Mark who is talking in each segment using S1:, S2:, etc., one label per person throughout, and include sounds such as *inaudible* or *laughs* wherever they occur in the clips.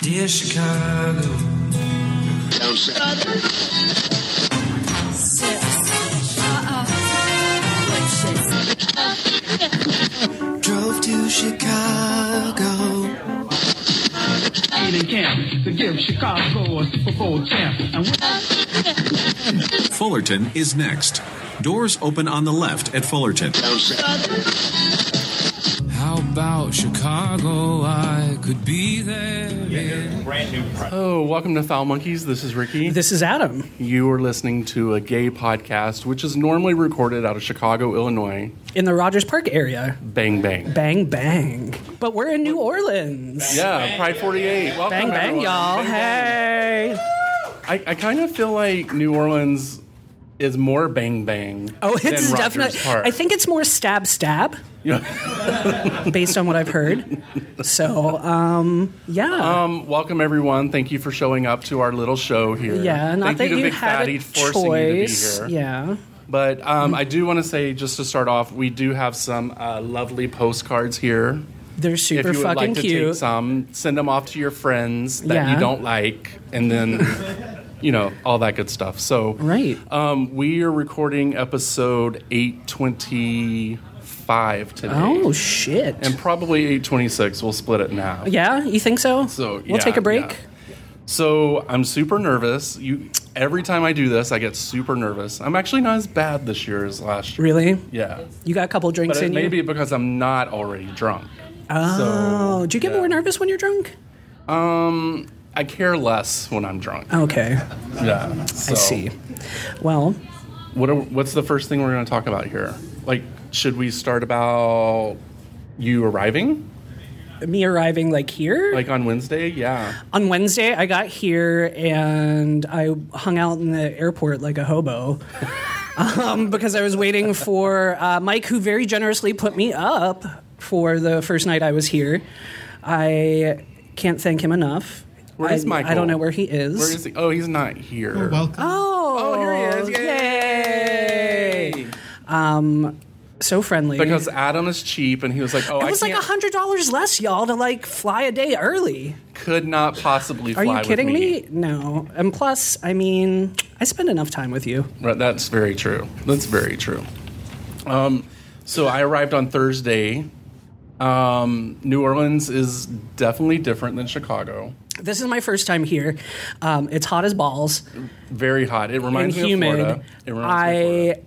S1: Dear Chicago. Drove to Chicago.
S2: to give Chicago a Super Bowl champ. And
S3: Fullerton is next. Doors open on the left at Fullerton.
S1: How about Chicago? I could be there.
S4: Oh, welcome to Foul Monkeys. This is Ricky.
S5: This is Adam.
S4: You are listening to a gay podcast, which is normally recorded out of Chicago, Illinois.
S5: in the Rogers Park area.
S4: Bang, bang.
S5: Bang, bang. But we're in New Orleans.
S4: Yeah, Pride 48. Welcome,
S5: Bang, bang,
S4: everyone.
S5: y'all.
S4: Bang,
S5: Hey.
S4: bang. I, I kind of feel like New Orleans is more bang, bang.
S5: Oh,
S4: than
S5: it's
S4: Rogers
S5: definitely.
S4: Park.
S5: I think it's more stab, stab, based on what I've heard. So, um, yeah.
S4: Um, welcome everyone. Thank you for showing up to our little show here.
S5: yeah, not
S4: Thank
S5: that
S4: you to
S5: you,
S4: Big
S5: had
S4: Fatty
S5: a
S4: for forcing
S5: choice.
S4: you to be here.
S5: Yeah. Mm-hmm.
S4: But um, I do want to say, just to start off, we do have some uh, lovely postcards here.
S5: They're
S4: If
S5: super
S4: you would
S5: fucking
S4: like to
S5: cute.
S4: take some, send them off to your friends that
S5: Yeah.
S4: you don't like, and then you know all that good stuff. So
S5: Right.
S4: um, we are recording episode eight twenty five today,
S5: oh, shit.
S4: and probably eight twenty six. We'll split it now.
S5: yeah, you think so?
S4: So yeah,
S5: we'll take a break.
S4: yeah. So I'm super nervous. You every time I do this, I get super nervous. I'm actually not as bad this year as last year.
S5: Really?
S4: Yeah,
S5: You got a couple
S4: but
S5: drinks
S4: it
S5: in
S4: may
S5: you?
S4: be because I'm not already drunk.
S5: oh,
S4: so,
S5: do you get
S4: yeah.
S5: more nervous when you're drunk?
S4: Um, I care less when I'm drunk.
S5: Okay,
S4: Yeah, so.
S5: Oh. I see. Well,
S4: What are, what's the first thing we're going to talk about here? Like, should we start about you arriving,
S5: me arriving like here
S4: like on Wednesday? Yeah.
S5: on Wednesday, I got here and I hung out in the airport like a hobo. *laughs* Um, because I was waiting for uh, Mike, who very generously put me up for the first night I was here. I can't thank him enough.
S4: Where
S5: I,
S4: is Michael?
S5: I don't know where he is.
S4: Where is he? Oh, he's not here.
S6: Welcome.
S5: oh,
S4: Oh, here he is. Yay!
S5: Um, so friendly.
S4: Because Adam is cheap, and he was like, "Oh,
S5: it
S4: I
S5: was like
S4: can't,
S5: hundred dollars less, y'all, to like fly a day early.
S4: could not possibly fly
S5: Are you
S4: with
S5: kidding me? No. And plus, I mean, I spend enough time with you.
S4: Right, that's very true. That's very true. Um, so I arrived on Thursday. Um, New Orleans is definitely different than Chicago.
S5: This is my first time here. Um, it's hot as balls
S4: Very hot. It
S5: and
S4: reminds me of
S5: humid.
S4: Florida. It reminds me of Florida.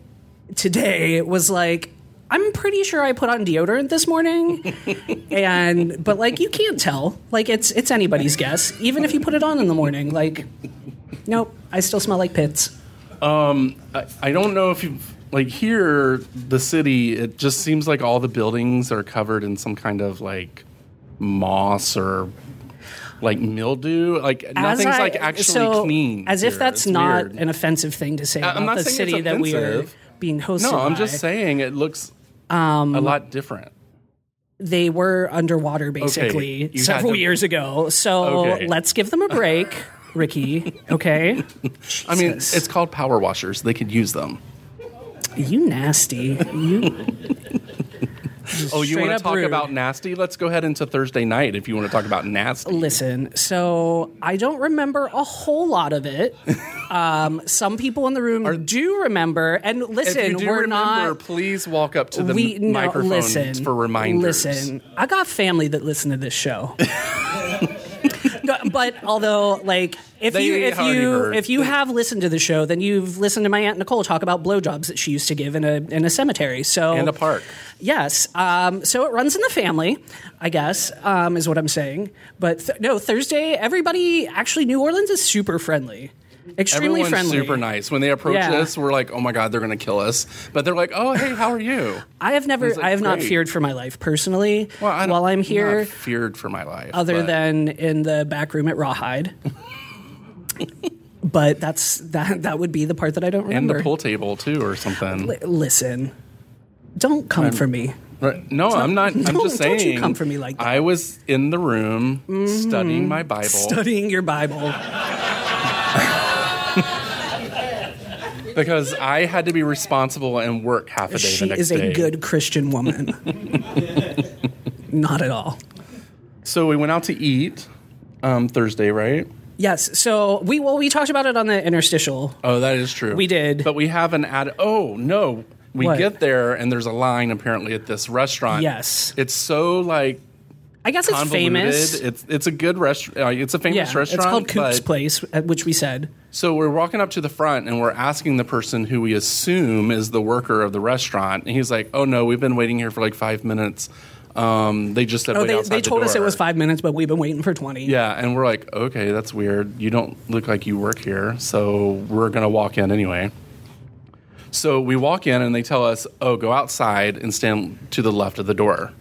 S5: I today was like, I'm pretty sure I put on deodorant
S4: *laughs*
S5: this morning, and but like you can't tell. Like it's it's anybody's guess. Even if you put it on in the morning, like nope, I still smell like pits.
S4: I, I don't know if you've like here the city it just seems like all the buildings are covered in some kind of like moss or like mildew like
S5: As
S4: nothing's
S5: I-
S4: like actually
S5: so,
S4: clean
S5: As if
S4: here.
S5: that's
S4: It's
S5: not
S4: weird.
S5: an offensive thing to say
S4: I- I'm not
S5: about the
S4: saying it's
S5: city that we are
S4: offensive.
S5: being hosted.
S4: no i'm
S5: by.
S4: just saying it looks
S5: Um,
S4: a lot different
S5: they were underwater basically
S4: you had
S5: several
S4: to-
S5: years ago. So
S4: Okay.
S5: let's give them a break, Ricky. Okay,
S4: i mean
S5: Jesus.
S4: it's called power washers they could use them
S5: you nasty. You
S4: oh you
S5: Straight
S4: want to
S5: up
S4: talk
S5: rude.
S4: about nasty let's go ahead into thursday night if you want to talk about nasty
S5: listen. So I don't remember a whole lot of it. Um, some people in the room do remember, and
S4: if
S5: listen,
S4: you do
S5: we're
S4: remember,
S5: not.
S4: please walk up to the
S5: we
S4: m-
S5: no,
S4: microphone
S5: listen
S4: for reminders.
S5: Listen, I got family that listen to
S4: *laughs*
S5: this show. No, but although, like, if
S4: They
S5: you if
S4: already
S5: you
S4: heard.
S5: if you have listened to the show, then you've listened to my aunt Nicole talk about blowjobs that she used to give in a in a cemetery. So
S4: and a park.
S5: Yes. Um, so it runs in the family, I guess, um, is what I'm saying. But th- no, Thursday, everybody actually New Orleans is super friendly, extremely
S4: Everyone's
S5: friendly.
S4: super nice. When they approach
S5: Yeah.
S4: us, we're like, "Oh my god, they're gonna kill us!" But they're like, "Oh hey, how are you?"
S5: I have never,
S4: like,
S5: I have not
S4: "Great."
S5: feared for my life personally
S4: don't-
S5: while I'm here.
S4: not feared for my life.
S5: other
S4: but-
S5: than in the back room at Rawhide. but that's that. That would be the part that I don't
S4: and
S5: remember.
S4: the pool table too, or something.
S5: Listen, don't come for me.
S4: Right. No, I'm not.
S5: *laughs*
S4: I'm
S5: Don't-
S4: just
S5: don't you
S4: saying.
S5: come for me like that. Mm-hmm.
S4: I was in the room studying my Bible.
S5: Studying your Bible.
S4: because I had to be responsible and work half a day
S5: She
S4: the next
S5: is
S4: day.
S5: a good Christian woman. Not at all.
S4: so we went out to eat um, Thursday, right?
S5: Yes. So we well we talked about it on the interstitial.
S4: Oh, that is true.
S5: We did.
S4: But we have an ad. Oh, no. We
S5: What?
S4: get there and there's a line apparently at this restaurant.
S5: Yes.
S4: It's so like
S5: I guess it's
S4: convoluted.
S5: famous.
S4: It's it's a good restaurant. Uh, it's a famous
S5: yeah,
S4: restaurant.
S5: it's called Coop's
S4: but-
S5: Place, at which we said
S4: So we're walking up to the front and we're asking the person who we assume is the worker of the restaurant, and he's like, "Oh no, we've been waiting here for like five minutes. Um, they just said
S5: Oh,
S4: wait
S5: they,
S4: outside
S5: they
S4: the
S5: told us it
S4: door."
S5: was five minutes, but we've been waiting for 20.
S4: Yeah, and we're like, okay, that's weird. You don't look like you work here, so we're gonna walk in anyway. So we walk in and they tell us, oh, go outside and stand to the left of the door.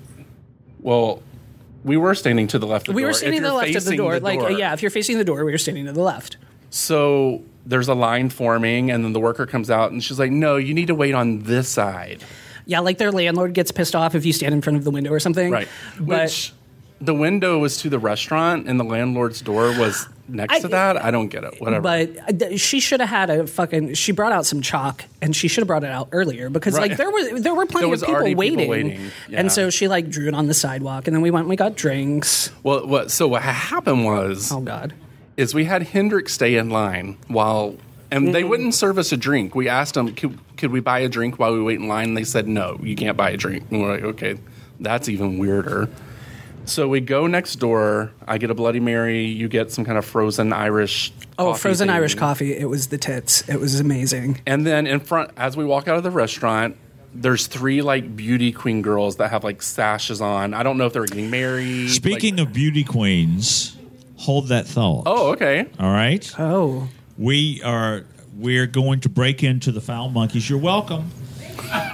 S4: Well, we were standing to the left of the
S5: We
S4: door.
S5: were
S4: If
S5: standing to the
S4: you're
S5: left of the
S4: facing
S5: door. Like, yeah, if you're facing the door, we were standing to the left.
S4: So there's a line forming, and then the worker comes out and she's like, no, you need to wait on this side.
S5: Yeah, like their landlord gets pissed off if you stand in front of the window or something.
S4: Right.
S5: But
S4: Which the window was to the restaurant and the landlord's door was next
S5: I-
S4: to that. I don't get it. Whatever.
S5: but uh, th- she should have had a fucking. She brought out some chalk, and she should have brought it out earlier because
S4: Right.
S5: like there was there were plenty
S4: was
S5: of people
S4: already people
S5: waiting,
S4: waiting, yeah.
S5: and so she like drew it on the sidewalk, and then we went and we got drinks.
S4: Well, what, so what happened was
S5: Oh God.
S4: is we had Hendrick stay in line while, and they
S5: Mm-hmm.
S4: wouldn't serve us a drink. We asked them, could, could we buy a drink while we wait in line? And they said, no, you can't buy a drink. And we're like, okay, that's even weirder. So we go next door. I get a Bloody Mary. You get some kind of frozen Irish.
S5: Oh,
S4: coffee
S5: frozen
S4: thing.
S5: Irish coffee. It was the tits. It was amazing.
S4: And then in front, as we walk out of the restaurant, there's three like beauty queen girls that have like sashes on. I don't know if they're getting married.
S6: Speaking of beauty queens, hold that thought.
S4: oh, okay.
S6: All right.
S5: Oh,
S6: We are we're going to break into the foul monkeys. You're welcome.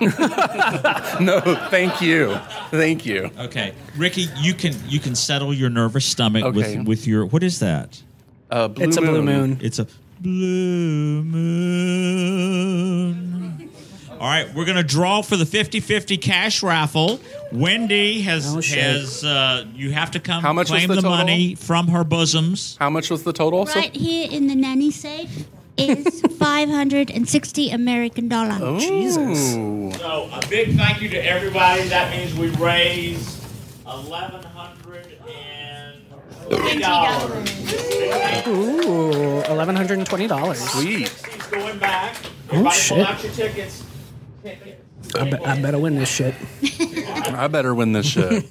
S4: *laughs* No, thank you, thank you.
S6: Okay. Ricky, you can you can settle your nervous stomach
S4: Okay.
S6: with with your what is that?
S4: Uh, blue
S5: it's a blue moon.
S6: It's a blue moon. All right, we're going to draw for the 50-50 cash raffle. Wendy has
S5: Oh, shit.
S6: has uh, you have to come
S4: How much was
S6: claim
S4: the
S6: the,
S4: total?
S6: money from her bosoms.
S4: How much was the total? So-
S7: Right here in the nanny safe is 560 American dollar.
S5: Oh. Jesus.
S4: Ooh.
S8: So a big thank you to everybody. That means we raised eleven hundred and twenty dollars.
S5: Ooh, eleven hundred and twenty dollars.
S4: Sweet.
S8: Sixty's going back.
S7: Oh,
S8: Everybody
S5: shit.
S8: pull out your tickets.
S5: I, bet I better win this shit.
S4: I better win this shit.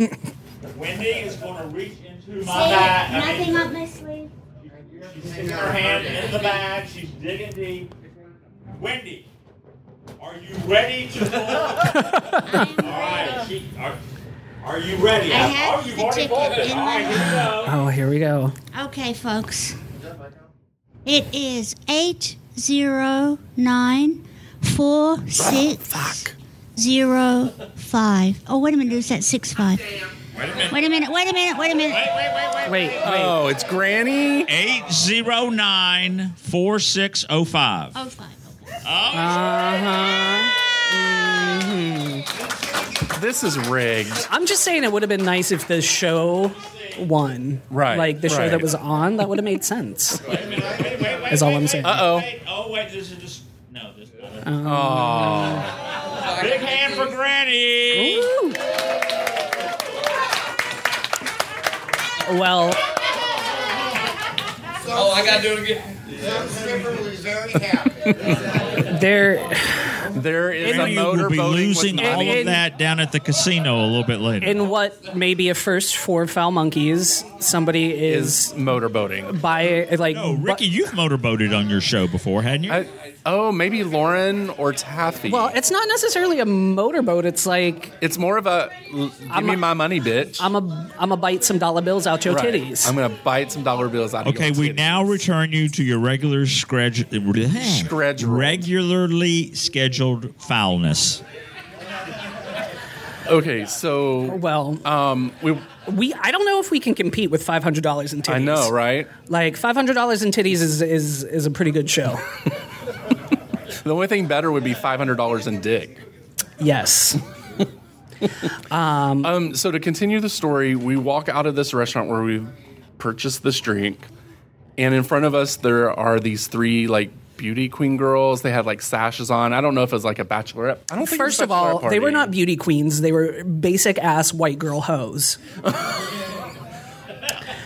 S8: Wendy is going to reach into my bag. I mean,
S7: Nothing up my sleeve.
S8: she's sticking her hand in the bag. She's digging deep. Wendy, are you ready to pull? All right. She, are, are you ready?
S7: I have
S8: oh, you've
S7: the
S8: already
S7: ticket
S8: pulled it.
S7: in
S8: All
S7: my
S8: right, here we go.
S5: Oh, here we go.
S7: Okay, folks. It is eight zero nine four six zero five. Oh, wait a minute. Is that six five? Wait a minute. Wait a minute. Wait a minute.
S5: Wait, wait.
S4: *laughs* Oh, it's Granny.
S6: 809 4605.
S7: Oh, five. Okay.
S5: Uh-huh.
S4: This is rigged.
S5: Mm-hmm. I'm just saying it would have been nice if the show won.
S4: Right,
S5: Like the show
S4: right.
S5: that was on, that would have made sense. Is all I'm saying.
S4: Uh-oh.
S6: Wait, oh, wait, this is just. No, this is not it.
S5: Oh.
S6: Oh.
S8: Big hand for
S6: Granny!
S5: Woo! Well,
S9: Oh, I gotta do it again. Some stripper was very happy.
S5: there
S4: There is a
S6: Granny
S4: motor
S6: will be
S4: boating with
S6: losing all
S4: money.
S6: of that down at the casino a little bit later.
S5: in what may be a first for foul monkeys, somebody is,
S4: is motor boating.
S5: by like
S6: oh,
S5: bu-
S6: Ricky, you've motorboated on your show before, hadn't you?
S4: I- oh, maybe Lauren or Taffy.
S5: well, it's not necessarily a motorboat. It's like
S4: it's more of a l- give me my money, bitch.
S5: I'm a I'm a bite some dollar bills out your
S4: Right.
S5: titties.
S4: I'm gonna bite some dollar bills out of
S6: okay,
S4: your
S6: we
S4: titties.
S6: now return you to your regular scred-
S4: Schedule.
S6: regularly scheduled foulness.
S4: Okay, so
S5: well,
S4: um, we
S5: we I don't know if we can compete with five hundred dollars in titties.
S4: I know, right?
S5: Like five hundred dollars in titties is is is a pretty
S4: *laughs*
S5: good show.
S4: The only thing better would be five hundred dollars in dick.
S5: yes.
S4: Um, so to continue the story, we walk out of this restaurant where we purchased this drink, and in front of us there are these three like beauty queen girls. They had like sashes on. I don't know if it was like a bachelorette. I don't think it was
S5: First of
S4: bachelorette
S5: all, they were
S4: party.
S5: not beauty queens. They were basic ass white girl hoes.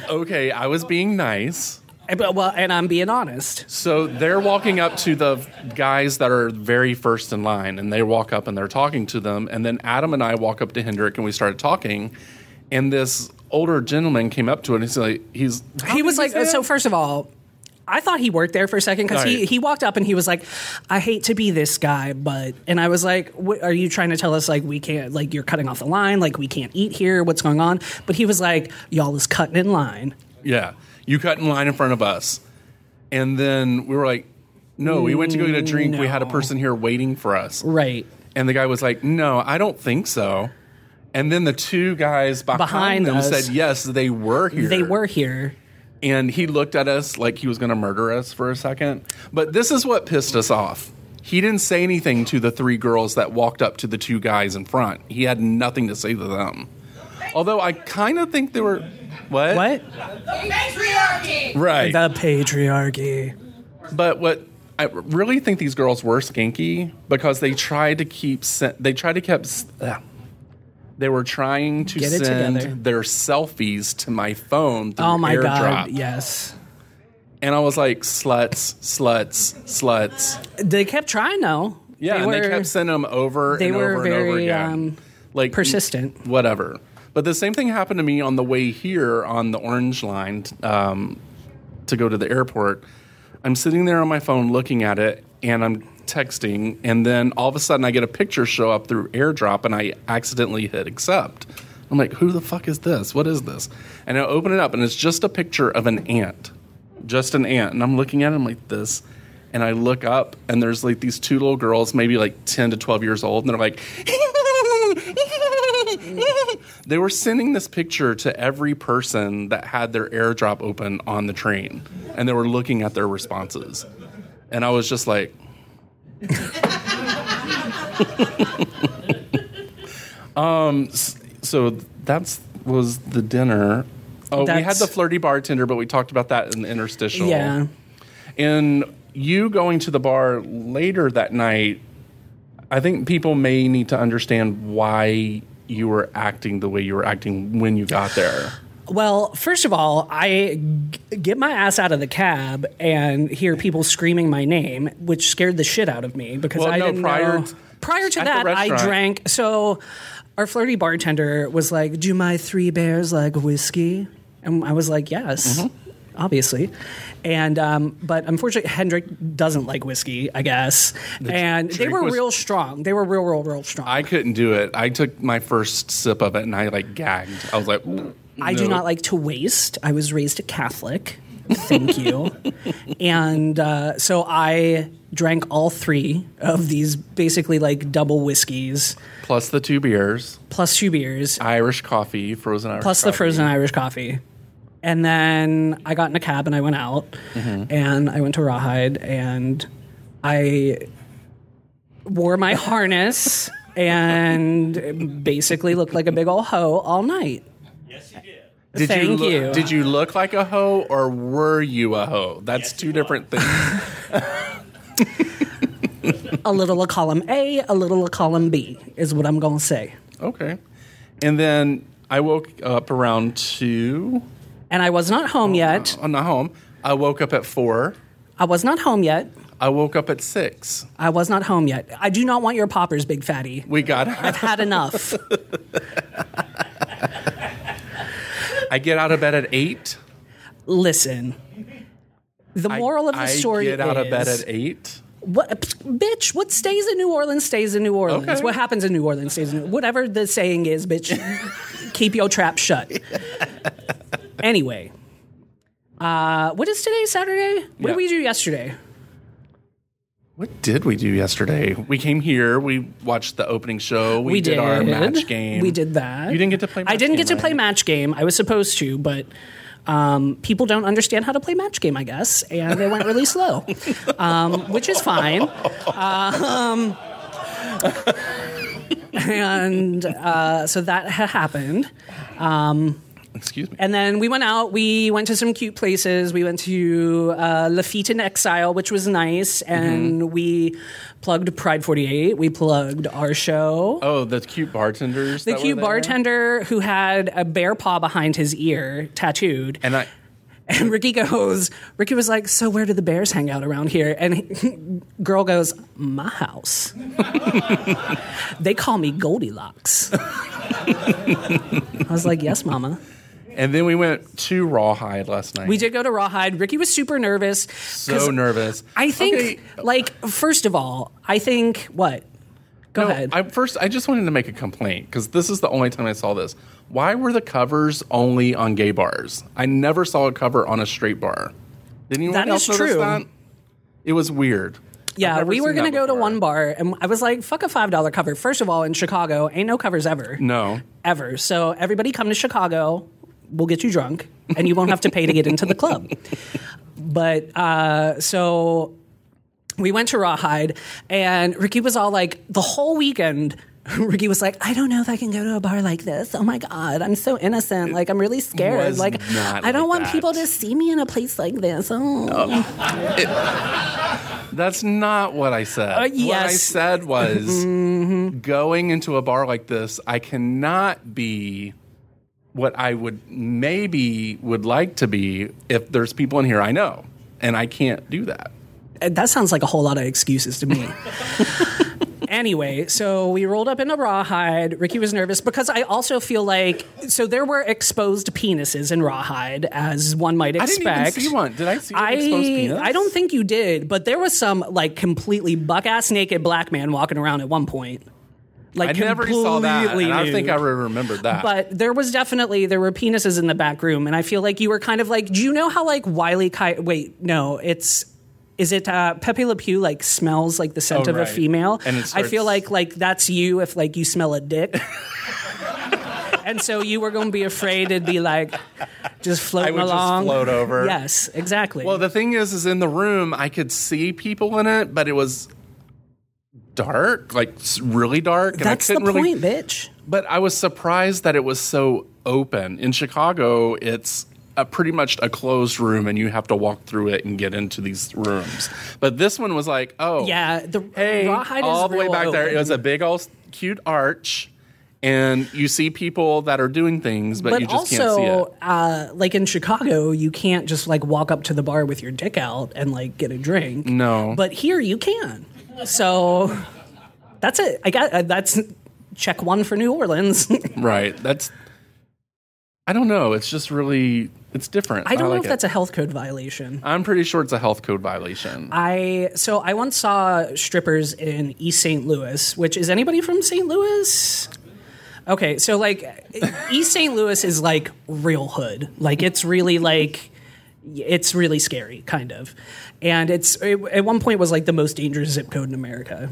S4: Okay, I was being nice.
S5: And- Eh, but- Well, and I'm being honest.
S4: So they're walking up to the guys that are very first in line, and they walk up and they're talking to them. And then Adam and I walk up to Hendrik and we started talking. And this older gentleman came up to it and he's like, he's
S5: He was like, so first of all, I thought he worked there for a second because he,
S4: Right.
S5: he walked up and he was like, I hate to be this guy, but. And I was like, what, Are you trying to tell us, like, we can't, like, you're cutting off the line? Like, we can't eat here? What's going on? But he was like, Y'all is cutting in line.
S4: Yeah. You cut in line in front of us. And then we were like, no, we went to go get a drink. We had a person here waiting for us.
S5: Right.
S4: And the guy was like, no, I don't think so. And then the two guys behind,
S5: Behind
S4: them
S5: us.
S4: said, yes, they were here.
S5: They were here.
S4: And he looked at us like he was going to murder us for a second. But this is what pissed us off. He didn't say anything to the three girls that walked up to the two guys in front. He had nothing to say to them. Although I kind of think they were. What?
S5: What?
S9: Patriarchy!
S4: Right.
S5: The patriarchy.
S4: But what I really think these girls were skanky because they tried to keep sen- they tried to kept uh, they were trying to
S5: Get it
S4: send
S5: together.
S4: their selfies to my phone through
S5: Oh my
S4: AirDrop.
S5: god! Yes,
S4: And I was like sluts, sluts, sluts.
S5: they kept trying though.
S4: Yeah,
S5: they
S4: and
S5: were
S4: they kept sending them over
S5: they
S4: and
S5: were
S4: over and over
S5: very,
S4: again.
S5: um,
S4: like
S5: persistent.
S4: whatever. But the same thing happened to me on the way here on the Orange Line um, to go to the airport. I'm sitting there on my phone looking at it and I'm texting, and then all of a sudden I get a picture show up through AirDrop and I accidentally hit accept. I'm like, who the fuck is this? What is this? And I open it up and it's just a picture of an ant, just an ant. And I'm looking at it, I'm like, this. And I look up and there's like these two little girls, maybe like 10 to 12 years old, and they're like, *laughs* they were sending this picture to every person that had their airdrop open on the train and they were looking at their responses and i was just like *laughs* um s- so that's was the dinner oh we had
S5: That's-
S4: the flirty bartender but we talked about that in the interstitial
S5: Yeah,
S4: and you going to the bar later that night, I think people may need to understand why you were acting the way you were acting when you got there.
S5: Well, first of all, I g- get my ass out of the cab and hear people screaming my name, which scared the shit out of me because
S4: Well,
S5: I
S4: no,
S5: didn't
S4: prior
S5: know.
S4: t-
S5: prior to
S4: at the
S5: that, I
S4: restaurant-
S5: drank. So our flirty bartender was like, "Do my three bears like whiskey?" And I was like, "Yes."
S4: Mm-hmm.
S5: Obviously, and um, but unfortunately, Hendrik doesn't like whiskey, I guess. and they
S4: drink
S5: were
S4: was-
S5: real strong. They were real, real, real strong.
S4: I couldn't do it. I took my first sip of it and I like gagged. I was like,
S5: I do not like to waste. I was raised a Catholic. Thank you. and uh, so I drank all three of these basically like double whiskeys
S4: plus the two beers,
S5: plus two beers
S4: Irish coffee, frozen Irish,
S5: plus the
S4: coffee.
S5: frozen Irish coffee. And then I got in a cab and I went out and I went to Rawhide and I wore my harness and basically looked like a big old hoe all night.
S8: Yes, he did.
S4: Did you,
S5: Thank
S4: look-
S5: you.
S4: Did you look like a hoe or were you a hoe? That's two different things.
S5: a little of column A, a little of column B is what I'm going to say.
S4: Okay. And then I woke up around two.
S5: And I was not home yet.
S4: I'm not home. I woke up at four.
S5: I was not home yet.
S4: I woke up at six.
S5: I was not home yet. I do not want your poppers, big fatty.
S4: We got.
S5: I've
S4: *laughs*
S5: had enough.
S4: I get out of bed at eight.
S5: Listen. The
S4: I-
S5: moral of the
S4: I
S5: story
S4: get out
S5: is
S4: of bed at eight.
S5: what pfft, bitch, what stays in New Orleans stays in New Orleans.
S4: Okay.
S5: What happens in New Orleans stays in whatever the saying is,
S4: *laughs*
S5: bitch. keep your trap shut. anyway. Uh, what is today, Saturday?
S4: Yeah.
S5: What did we do yesterday?
S4: What did we do yesterday? We came here. We watched the opening show. We,
S5: We
S4: did,
S5: did,
S4: our match game.
S5: We did that.
S4: You didn't get to play. Match
S5: I didn't
S4: game,
S5: get to
S4: right?
S5: play match game. I was supposed to, but um, people don't understand how to play match game, I guess, and they
S4: *laughs*
S5: went really slow, um, which is fine. Um, and uh, so that ha- happened.
S4: Excuse me.
S5: And then we went out. We went to some cute places. We went to uh, Lafitte in Exile, which was nice. And
S4: Mm-hmm.
S5: we plugged Pride 48. We plugged our show.
S4: Oh, the cute bartenders.
S5: the
S4: that were
S5: cute
S4: there?
S5: bartender who had a bear paw behind his ear tattooed.
S4: And I,
S5: And Ricky goes, Ricky was like, So where do the bears hang out around here? And *laughs* he, girl goes, My house. *laughs* they call me Goldilocks. *laughs* I was like, Yes, mama.
S4: and then we went to Rawhide last night.
S5: We did go to Rawhide. Ricky was super nervous. 'cause
S4: So nervous.
S5: I think,
S4: Okay.
S5: like, first of all, I think, what? Go
S4: No,
S5: ahead.
S4: I first I just wanted to make a complaint because this is the only time I saw this. Why were the covers only on gay bars? I never saw a cover on a straight bar. Did anyone
S5: That
S4: else
S5: is
S4: notice
S5: true.
S4: that? It was weird. I've
S5: yeah,
S4: never
S5: we were
S4: seen
S5: going to
S4: that
S5: go to
S4: before.
S5: one bar, and I was like, Fuck a $5 cover. First of all, in Chicago, ain't no covers ever.
S4: No.
S5: ever. So everybody come to Chicago. We'll get you drunk, and you won't have to pay to get into
S4: *laughs*
S5: the club. But uh, so we went to Rawhide, and Ricky was all like, the whole weekend. *laughs* Ricky was like, I don't know if I can go to a bar like this. Oh my god, I'm so innocent. Like I'm really scared.
S4: was
S5: Like
S4: not
S5: I don't
S4: like
S5: want
S4: that.
S5: people to see me in a place like this. Oh.
S4: That's not what I said. What I
S5: Uh, yes. Mm-hmm.
S4: said
S5: *laughs*
S4: was going into a bar like this, I cannot be what I would maybe would like to be if there's people in here I know. And I can't do that.
S5: Uh, that sounds like a whole lot of excuses to me. *laughs* anyway, so we rolled up in a rawhide. Ricky was nervous because I also feel like so there were exposed penises in rawhide, as one might
S4: I
S5: expect.
S4: didn't even see one. Did I see an
S5: I,
S4: exposed penis?
S5: I don't think you did, but there was some like completely buck ass naked black man walking around at one point. Like
S4: I never saw that.
S5: completely
S4: And I
S5: nude.
S4: think I remembered that.
S5: But there was definitely there were penises in the back room, and I feel like you were kind of like, do you know how like Wiley Coyote? Wait, no, it's is it uh, Pepe Le Pew like smells like the scent
S4: Oh,
S5: of
S4: right.
S5: a female?
S4: And it
S5: I feel
S4: starts-
S5: like like that's you if like you smell
S4: *laughs*
S5: a dick. And so you were going to be afraid it'd be like just floating
S4: would just
S5: along.
S4: float over.
S5: Yes, exactly.
S4: Well, the thing is, is in the room I could see people in it, but it was dark, like s- really dark. And
S5: that's
S4: I
S5: the
S4: couldn't
S5: point,
S4: really,
S5: bitch.
S4: But I was surprised that it was so open. In Chicago, it's a, pretty much a closed room, and you have to walk through it and get into these rooms. But this one was like, oh,
S5: Yeah, the
S4: hey,
S5: rawhide is
S4: all the way
S5: real
S4: back there.
S5: open.
S4: It was a big old cute arch. And you see people that are doing things, but,
S5: but
S4: you just
S5: also,
S4: can't see it.
S5: Uh, like in Chicago, you can't just like walk up to the bar with your dick out and like get a drink.
S4: No.
S5: but here you can. So that's it. I got uh, that's check one for New Orleans. *laughs*
S4: Right. That's. I don't know. It's just really. It's different.
S5: I don't know
S4: like
S5: if
S4: it.
S5: that's a health code violation.
S4: I'm pretty sure it's a health code violation.
S5: I so I once saw strippers in East St. Louis, which is anybody from St. Louis? Okay, so like East St. Louis is like real hood. Like it's really like it's really scary kind of. And it's it, at one point was like the most dangerous zip code in America.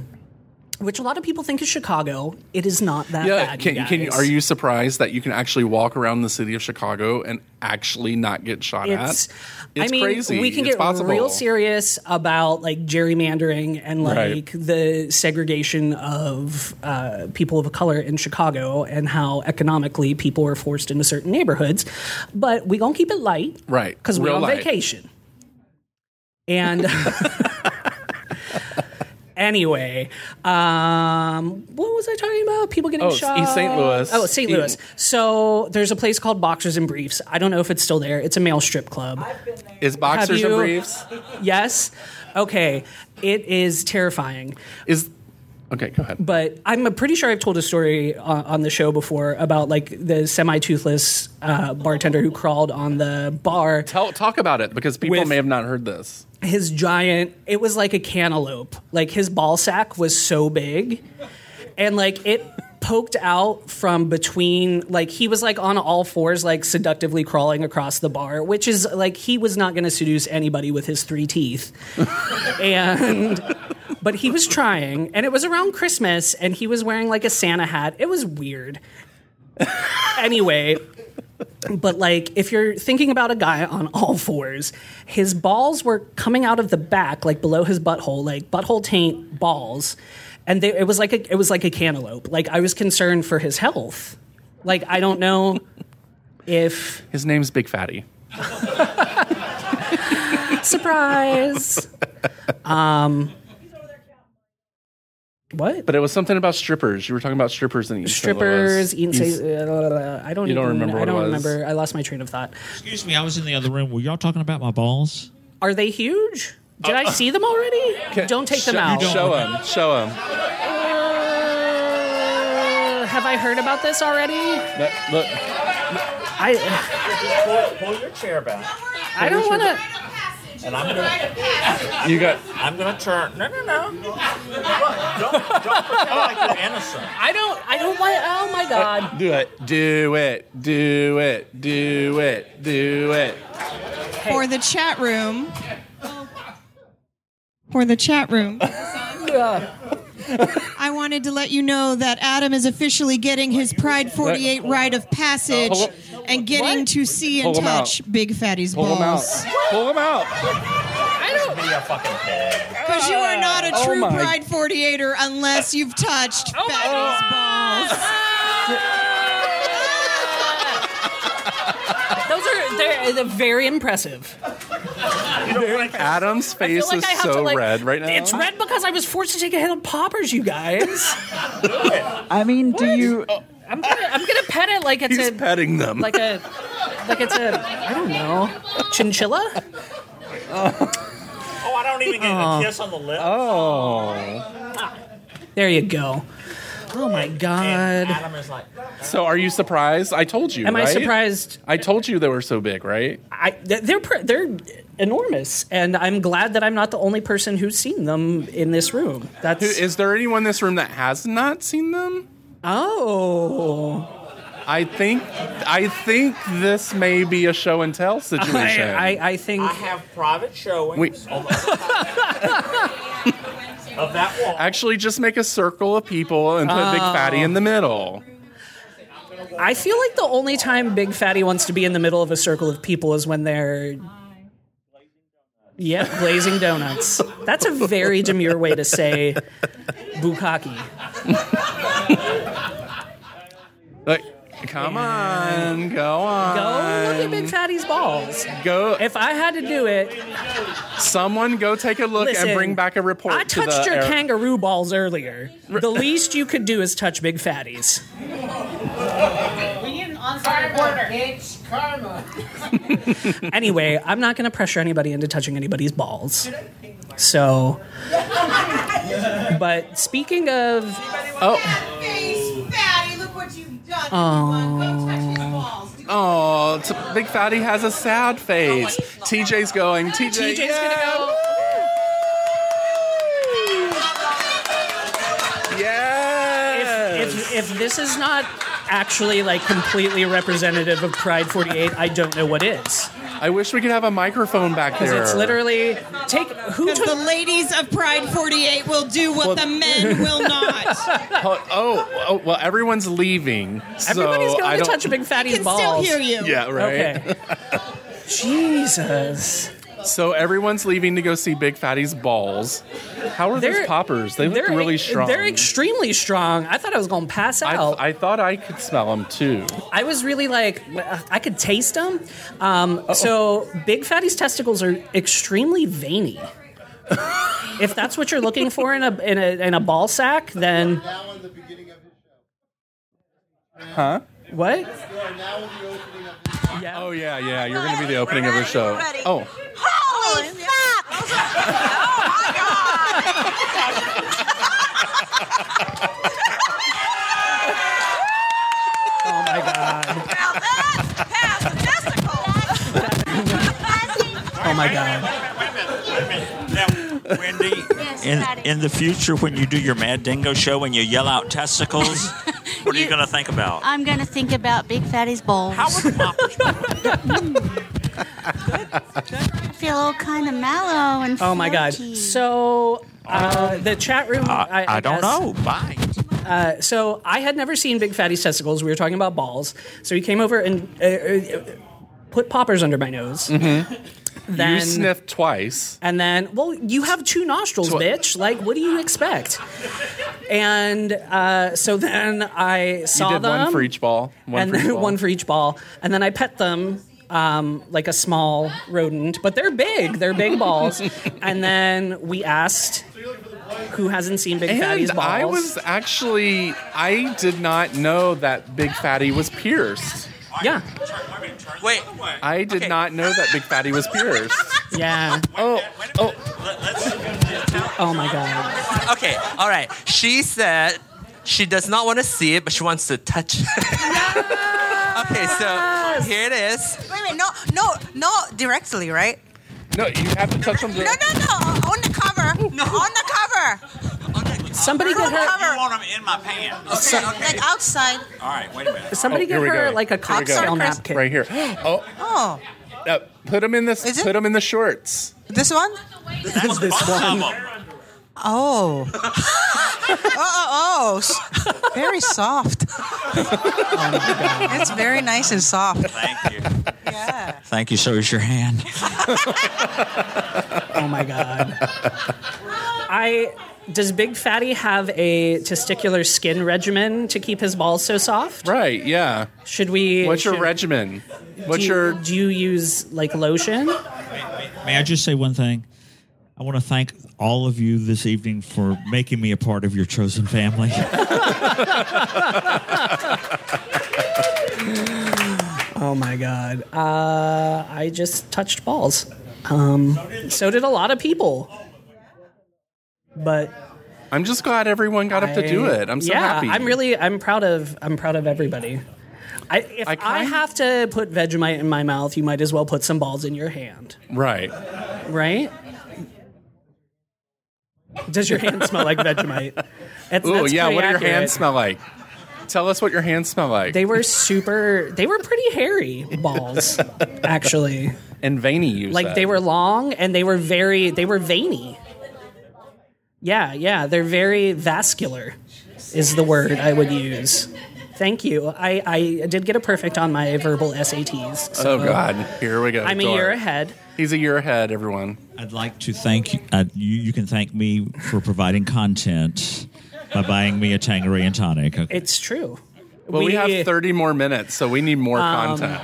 S5: Which a lot of people think is Chicago. It is not that
S4: yeah.
S5: bad.
S4: Can,
S5: you
S4: can you,
S5: guys.
S4: are you surprised that you can actually walk around the city of Chicago and actually not get shot at?
S5: it's,
S4: It's
S5: I mean,
S4: crazy.
S5: we can
S4: It's
S5: get
S4: possible.
S5: real serious about like gerrymandering and like
S4: Right.
S5: the segregation of uh, people of color in Chicago and how economically people are forced into certain neighborhoods. But we gonna keep it light,
S4: Right.
S5: Because we're
S4: Real
S5: on
S4: light.
S5: vacation. And *laughs* anyway, um, what was I talking about? People getting
S4: Oh, it's
S5: shot.
S4: East St. Louis. E
S5: Oh, St.
S4: East-
S5: Louis. So there's a place called Boxers and Briefs. I don't know if it's still there. It's a male strip club.
S4: Is boxers
S5: Have
S4: and
S5: you-
S4: briefs?
S5: yes. Okay. It is terrifying.
S4: Is okay. Go ahead.
S5: But I'm pretty sure I've told a story on, on the show before about like the semi toothless uh, bartender who crawled on the bar.
S4: Tell, talk about it because people
S5: With-
S4: may have not heard this.
S5: His giant, it was like a cantaloupe. Like his ball sack was so big. And like it poked out from between, like he was like on all fours, like seductively crawling across the bar, which is like he was not going to seduce anybody with his three teeth. and but he was trying and it was around christmas and he was wearing like a santa hat it was weird anyway but like if you're thinking about a guy on all fours his balls were coming out of the back like below his butthole like butthole taint balls and they, it was like a it was like a cantaloupe like i was concerned for his health like i don't know if
S4: His name's Big Fatty. *laughs*
S5: surprise. um, what?
S4: But it was something about strippers. You were talking about strippers in East St. Louis.
S5: Strippers, eating.
S4: East-
S5: uh, I don't.
S4: You don't
S5: even-
S4: remember
S5: I
S4: what it
S5: don't
S4: was.
S5: remember. I lost my train of thought.
S6: Excuse me, I was in the other room. Were y'all talking about my balls?
S5: Are they huge? Did
S4: Uh,
S5: I see them already? don't take them
S4: Show-
S5: out.
S4: Show him. Show him.
S5: Uh, have I heard about this already?
S4: Look, look,
S5: I
S10: Pull, pull your chair back,
S5: I don't want to.
S10: and I'm gonna,
S4: you got.
S10: I'm gonna turn. No, no, no. Look, don't, don't pretend like you're innocent.
S5: I don't. I don't want. Oh my god.
S4: Do it. Do it. Do it. Do it. Do it.
S11: For the chat room. For the chat room. I wanted to let you know that Adam is officially getting his Pride 48 rite of passage
S4: Pull-
S11: and getting to see and
S4: Pull 'em out.
S11: touch Big Fatty's
S4: Pull him out.
S11: balls.
S4: Pull him out.
S10: Be a fucking pig.
S11: Because you are not a
S4: Oh
S11: true
S4: my-
S11: Pride 48er unless you've touched
S12: Oh
S11: Fatty's balls.
S12: Ah.
S5: Those are they're, they're very impressive.
S4: Adam's
S5: I
S4: face
S5: feel like I
S4: is
S5: have
S4: so
S5: to, like,
S4: red right now.
S5: It's red because I was forced to take a hit on poppers, you guys.
S12: *laughs*
S5: Oh,
S12: I mean, do you?
S5: I'm gonna, I'm gonna pet it like it's
S4: He's
S5: a
S4: petting them.
S5: like a like it's a I don't know chinchilla.
S10: Oh, I don't even get a kiss on the lips.
S4: Uh-uh. oh.
S5: There you go. Oh my
S10: And
S5: god.
S10: Adam is like,
S4: So are you surprised? I told you.
S5: Am I
S4: right?
S5: surprised?
S4: I told you they were so big, right?
S5: I th- they're pr- they're enormous, and I'm glad that I'm not the only person who's seen them in this room. That's
S4: Who- Is there anyone in this room that has not seen them?
S5: oh.
S4: I think I think this may be a show and tell situation.
S5: I, I, I think
S10: I have private showings
S4: Wait.
S6: Oh
S10: on the other side of that wall.
S4: Actually, just make a circle of people and put Big Fatty
S5: Oh.
S4: in the middle.
S5: I feel like the only time Big Fatty wants to be in the middle of a circle of people is when they're. Yep, glazing donuts. That's a very demure way to say bukkake.
S4: Like, come on, go
S5: Go
S4: on,
S5: look at Big Fatty's balls.
S4: go.
S5: If I had to do it,
S4: someone go take a look
S5: listen,
S4: and bring back a report.
S5: I
S4: to the
S5: touched your
S4: air-
S5: kangaroo balls earlier. The least you could do is touch Big
S4: *laughs*
S5: Fatty's.
S12: We need an onside order.
S5: Anyway, I'm not going to pressure anybody into touching anybody's balls. So, but speaking of
S12: That face, Fatty, look what you've done. Oh. touch his balls. Do
S4: Oh, t- Big Fatty has a sad face.
S5: Oh
S4: TJ's going. TJ,
S5: TJ's gonna go.
S4: go. Yes.
S5: If, if this is not actually like completely representative of Pride 48, I don't know what is.
S4: I wish we could have a microphone back there.
S5: It's literally take who
S11: Because the
S5: took
S11: ladies of Pride 48 will do what the men will not.
S4: Oh, oh, oh, well, everyone's leaving. So
S5: everybody's
S4: I
S5: going to
S4: don't,
S5: touch a big
S11: I
S5: fatty's
S11: can
S5: balls.
S11: still hear you.
S4: Yeah, right. *laughs*
S5: Okay. Jesus.
S4: So everyone's leaving to go see Big Fatty's balls. How are
S5: They're-
S4: those poppers? They look
S5: They're
S4: really strong.
S5: They're extremely strong. I thought I was going to pass
S4: I,
S5: out.
S4: I thought I could smell them too.
S5: I was really like, uh, I could taste them. Um, so Big Fatty's testicles are extremely
S4: *laughs*
S5: veiny. if that's what you're looking for in a in a in a ball sack, then
S9: Now in the beginning of his show.
S5: what?
S9: You are now in the opening of his
S4: Oh yeah, yeah. You're gonna be the opening of the show. Oh,
S12: Holy
S11: *laughs*
S12: fuck! oh my god!
S5: Oh my god!
S12: Now that has a testicle!
S5: Oh my god!
S10: Now, Wendy,
S7: Yes,
S6: In,
S7: Patty.
S6: in the future, when you do your Mad Dingo show and you yell out
S7: *laughs*
S6: testicles, what are you
S7: You-
S6: going to think about?
S7: I'm going to think about Big Fatty's balls.
S10: how would poppers
S7: I
S11: *laughs*
S7: feel all kind of mallow and
S11: Um,
S5: Oh my god!
S7: floaty.
S5: So uh, the chat room. I, I guess-
S4: Oh,
S6: Bye.
S5: So I had never seen Big Fatty's testicles. We were talking about balls. So he came over and uh, uh, put poppers under my nose. then
S4: Mm-hmm. you sniffed twice.
S5: and then, well, you have two nostrils, bitch. Like, what do you expect? And uh, so then I saw
S4: You did
S5: them,
S4: one for each ball. One
S5: and
S4: for each
S5: then
S4: ball.
S5: *laughs* one for each ball. And then I pet them um, like a small rodent, but they're big. They're big
S4: *laughs*
S5: balls. and then we asked who hasn't seen Big Fatty's
S4: and
S5: balls.
S4: I was actually I did not know that Big Fatty was pierced.
S5: Yeah.
S4: Wait. I did not know that Big Fatty was pierced.
S5: *laughs* Yeah.
S4: Oh. Oh.
S5: Oh my god.
S13: Okay, all right. She said she does not want to see it, but she wants to touch it.
S11: *laughs*
S13: okay, so here it is.
S14: Wait, wait, no, no, not directly, right?
S4: No, you have to Oh, touch them.
S14: No, no, no, on the cover,
S15: *laughs*
S14: no. on the cover.
S5: Somebody
S14: on
S5: get
S14: the
S5: her.
S14: cover.
S6: I want them in my pants.
S14: Okay, like outside.
S6: All right, wait a minute.
S5: Somebody
S4: Oh,
S5: get
S4: here we
S5: her
S4: go.
S5: like a
S4: Here we go.
S5: cocktail napkin.
S4: right here. *gasps* Oh,
S14: Oh,
S4: uh, put them in this. Put them in the shorts.
S14: this one?
S4: That's this one.
S15: *laughs*
S14: Oh. oh, oh, oh. S- Very
S15: *laughs*
S14: soft. It's very nice and soft.
S6: Thank you.
S14: Yeah.
S6: Thank you. So is your hand.
S5: oh my god. I does Big Fatty have a testicular skin regimen to keep his balls so soft?
S4: Right. Yeah.
S5: Should we?
S4: What's your
S5: should-
S4: regimen? What's
S5: do you,
S4: your?
S5: Do you use like lotion?
S6: May I just say one thing? I want to thank all of you this evening for making me a part of your
S4: *laughs*
S6: chosen family.
S5: Oh my god. Uh, I just touched balls. Um, so did a lot of people. But
S4: I'm just glad everyone got up to do
S5: I-
S4: it. I'm so
S5: yeah,
S4: happy.
S5: I'm really I'm proud of I'm proud of everybody. I, if I, have to put Vegemite in my mouth, you might as well put some balls in your hand,
S4: right.
S5: right? Does your hand smell
S4: *laughs*
S5: like Vegemite? It's-
S4: Oh
S5: that's
S4: yeah.
S5: pretty
S4: What do your
S5: accurate.
S4: hands smell like? Tell us what your hands smell like.
S5: They were super. They were pretty hairy
S4: *laughs*
S5: balls, actually.
S4: And veiny. You
S5: like
S4: said.
S5: they were long and they were very they were veiny. Yeah, yeah, they're very vascular, is the word I would use. Thank you. I, I did get a perfect on my verbal SATs. so
S4: oh God. Here we go.
S5: I'm a
S4: Dora.
S5: year ahead.
S4: He's a year ahead. Everyone.
S6: I'd like to thank you. Uh, you, you can thank me for providing content by buying me a Tangeray and tonic. Okay.
S5: It's true.
S4: Well, we,
S5: We-
S4: have 30 more minutes, so we need more
S5: Um,
S4: content.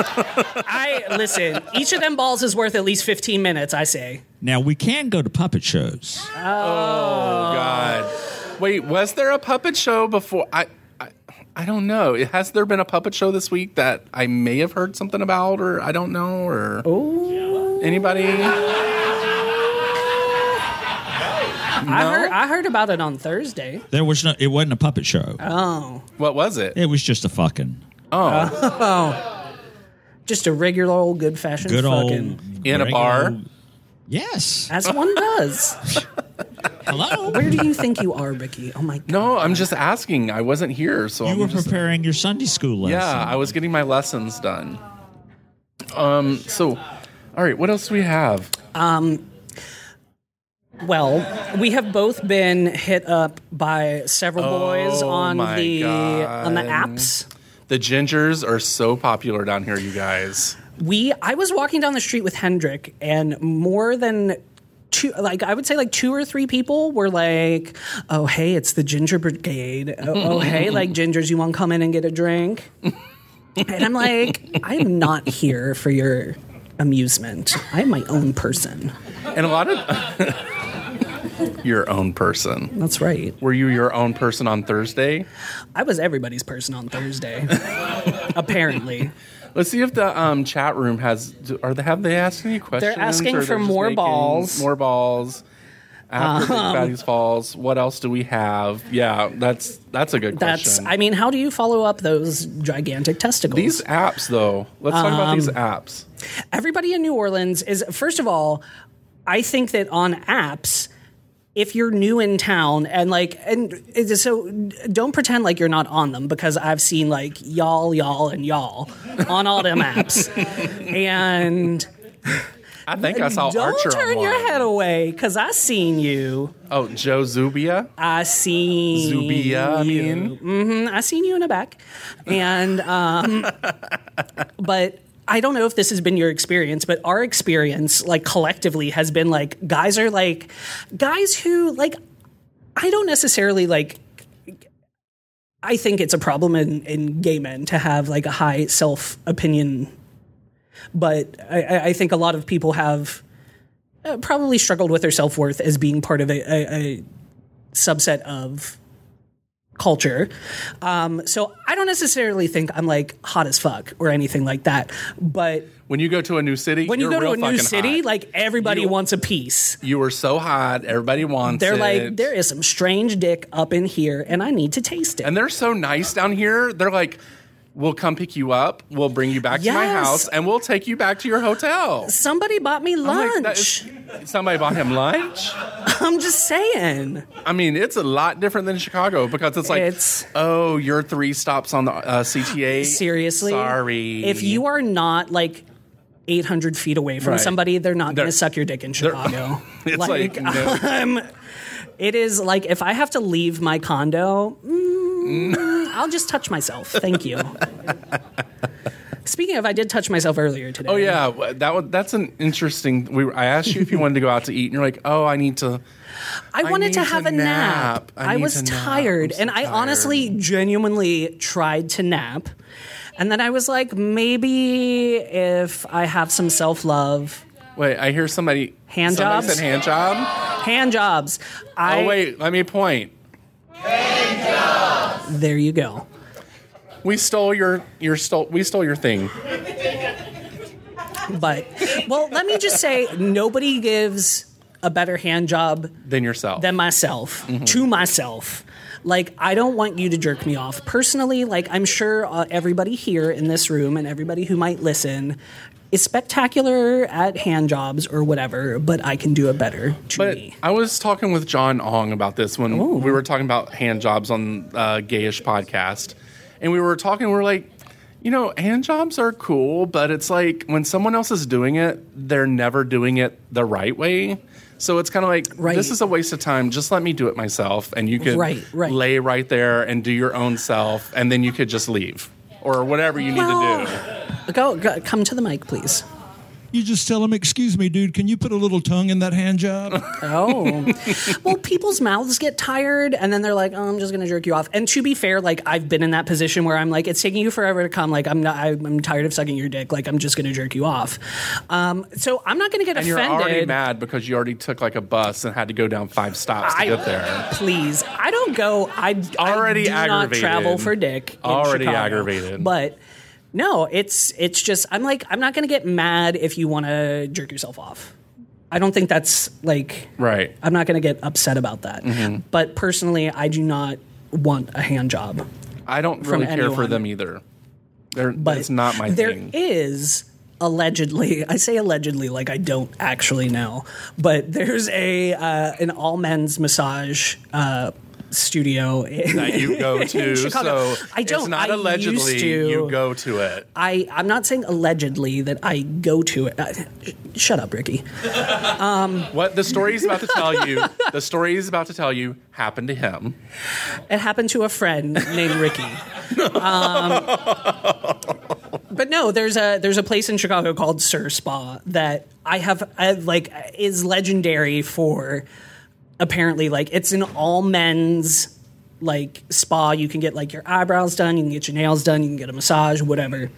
S5: I listen. Each of them balls is worth at least 15 minutes. I say.
S6: Now we can go to puppet shows.
S5: Oh,
S4: Oh, God. Wait, was there a puppet show before? I, I, I don't know. Has there been a puppet show this week that I may have heard something about, or I don't know, or
S6: Oh.
S4: anybody?
S5: I heard I heard about it on Thursday.
S6: There was no. It wasn't a puppet show.
S5: Oh.
S4: What was it?
S6: It was just a fucking
S4: Oh.
S5: Oh. Just a regular old good fashioned
S6: good old
S5: fucking
S4: In a bar?
S6: Yes.
S5: As one does.
S4: *laughs*
S6: Hello.
S5: Where do you think you are, Ricky? Oh my.
S4: No, I'm just asking. I wasn't here, so
S6: You
S4: I'm
S6: were
S4: just-
S6: preparing your Sunday school lesson.
S4: Yeah, I was getting my lessons done. Um. So, all right. What else do we have?
S5: Um. Well, we have both been hit up by several boys
S4: Oh
S5: on
S4: my
S5: the on the
S4: God.
S5: apps.
S4: The gingers are so popular down here, you guys.
S5: We I was walking down the street with Hendrik and more than two like I would say like two or three people were like, "Oh, hey, it's the Ginger Brigade.
S4: *laughs*
S5: Oh, oh, hey, like gingers, you want to come in and get a drink?" and I'm like, "I'm not here for your amusement. I'm my own person."
S4: And a lot of *laughs* your own person.
S5: That's right.
S4: Were you your own person on Thursday?
S5: I was everybody's person on Thursday. Apparently.
S4: Let's see if the um, chat room has. do- Are they have they asked any questions?
S5: asking
S4: or
S5: for
S4: they're just
S5: more
S4: making
S5: balls.
S4: More balls. After
S5: Um,
S4: Big Fatty's Falls, what else do we have? Yeah, that's that's a good
S5: That's
S4: question.
S5: I mean, how do you follow up those gigantic testicles?
S4: these apps, though. Let's talk about these
S5: Um,
S4: apps.
S5: everybody in New Orleans is first of all, I think that on apps, if you're new in town and like and it is- so don't pretend like you're not on them because I've seen like y'all, y'all, and y'all on all
S4: *laughs*
S5: them apps. and
S4: I think I saw
S5: don't
S4: Archer
S5: turn
S4: on
S5: your
S4: one.
S5: head away because I seen you.
S4: Oh, Joe Zubia.
S5: I seen
S4: Zubia, I mean.
S5: hmm I seen you in the back, and um, but I don't know if this has been your experience, but our experience, like collectively, has been like guys are like guys who like I don't necessarily like. I think it's a problem in, in gay men to have like a high self opinion, but I- I, I think a lot of people have uh, probably struggled with their self worth as being part of a, a, a subset of culture. Um, so I don't necessarily think I'm like hot as fuck or anything like that. But
S4: When you go to a new city,
S5: when you
S4: you're
S5: go to
S4: real
S5: a new
S4: fucking
S5: city,
S4: hot.
S5: like everybody
S4: You-
S5: wants a piece.
S4: you are so hot, everybody wants
S5: They're
S4: it.
S5: like, there is some strange dick up in here, and I need to taste it.
S4: and they're so nice down here. They're like, we'll come pick you up, we'll bring you back to my
S5: Yes.
S4: house, and we'll take you back to your hotel.
S5: Somebody bought me
S4: I'm like,
S5: lunch.
S4: that is- somebody bought him lunch.
S5: *laughs* I'm just saying.
S4: I mean, it's a lot different than Chicago because it's like, oh, you're three stops on the uh, CTA.
S5: Seriously,
S4: sorry.
S5: If you are not like 800 feet away from
S4: Right.
S5: somebody, they're not going
S4: They're-
S5: to suck your dick in
S4: they're-
S5: Chicago.
S4: *laughs* *laughs* It's like, no.
S5: *laughs* I'm- it is like if I have to leave my condo, mm, I'll just touch myself.
S4: *laughs*
S5: Thank you. Speaking of, I did touch myself earlier today.
S4: Oh yeah, w- that was, that's an interesting. We were, I asked you if you wanted to go out to eat, and you're like, "Oh, I need to."
S5: I wanted
S4: need
S5: to have
S4: to
S5: a
S4: nap.
S5: nap.
S4: I
S5: I,
S4: need
S5: was
S4: to nap.
S5: tired. And I honestly, genuinely tried to nap. And then I was like, maybe if I have some self love.
S4: Wait, I hear somebody.
S5: Hand
S4: somebody
S5: jobs?
S4: Said hand job.
S5: Hand jobs. I,
S4: oh wait, let me point.
S5: There you go.
S4: We stole your your stole we stole your thing.
S5: But, well, let me just say nobody gives a better hand job
S4: Then yourself.
S5: than myself
S4: Mm-hmm.
S5: to myself. Like, I don't want you to jerk me off. Personally, like, I'm sure uh, everybody here in this room and everybody who might listen is spectacular at hand jobs or whatever, but I can do it better.
S4: but I was talking with John Ong about this when we were talking about hand jobs on uh, Gayish podcast, and we were talking. We were like, you know, hand jobs are cool, but it's like when someone else is doing it, they're never doing it the right way. So it's kind of like this is a waste of time. Just let me do it myself, and you could
S5: Right, right.
S4: lay right there and do your own self, and then you could just leave or whatever you need to do.
S5: Go, go, come to the mic, please.
S16: You just tell him, "Excuse me, dude, can you put a little tongue in that hand job?"
S4: *laughs*
S5: Oh, well, people's mouths get tired, and then they're like, "Oh, I'm just gonna jerk you off." And to be fair, like I've been in that position where I'm like, "It's taking you forever to come." Like I'm not, I, I'm tired of sucking your dick. Like I'm just gonna jerk you off. Um, so I'm not gonna get
S4: and you're
S5: offended.
S4: already mad because you already took like a bus and had to go down five stops to
S5: I-
S4: get
S5: *laughs*
S4: there.
S5: Please, I don't go. I
S4: Already
S5: I do not
S4: aggravated.
S5: travel for dick. in
S4: Already
S5: Chicago.
S4: aggravated.
S5: But no, it's it's just I'm like I'm not gonna get mad if you want to jerk yourself off. I don't think that's like
S4: Right.
S5: I'm not gonna get upset about that.
S4: Mhm.
S5: But personally, I do not want a hand job.
S4: I don't
S5: From
S4: really care for
S5: anyone.
S4: them either. They're, that's not my
S5: There
S4: thing.
S5: is allegedly i say allegedly like i don't actually know but there's a uh, an all men's massage uh, studio in,
S4: That *laughs* you go
S5: *laughs* in
S4: to.
S5: Chicago.
S4: So
S5: i don't
S4: it's not
S5: I
S4: allegedly
S5: used to.
S4: you go to it.
S5: I, I'm not saying allegedly that I go to it. I, sh- shut up, Ricky. Um,
S4: What the story is about to tell you, the story is about to tell you happened to him.
S5: It happened to a friend named Ricky. Um, but no, there's a there's a place in Chicago called Sir Spa that I have I, like is legendary for apparently like it's an all men's like spa. You can get like your eyebrows done, you can get your nails done, you can get a massage, whatever.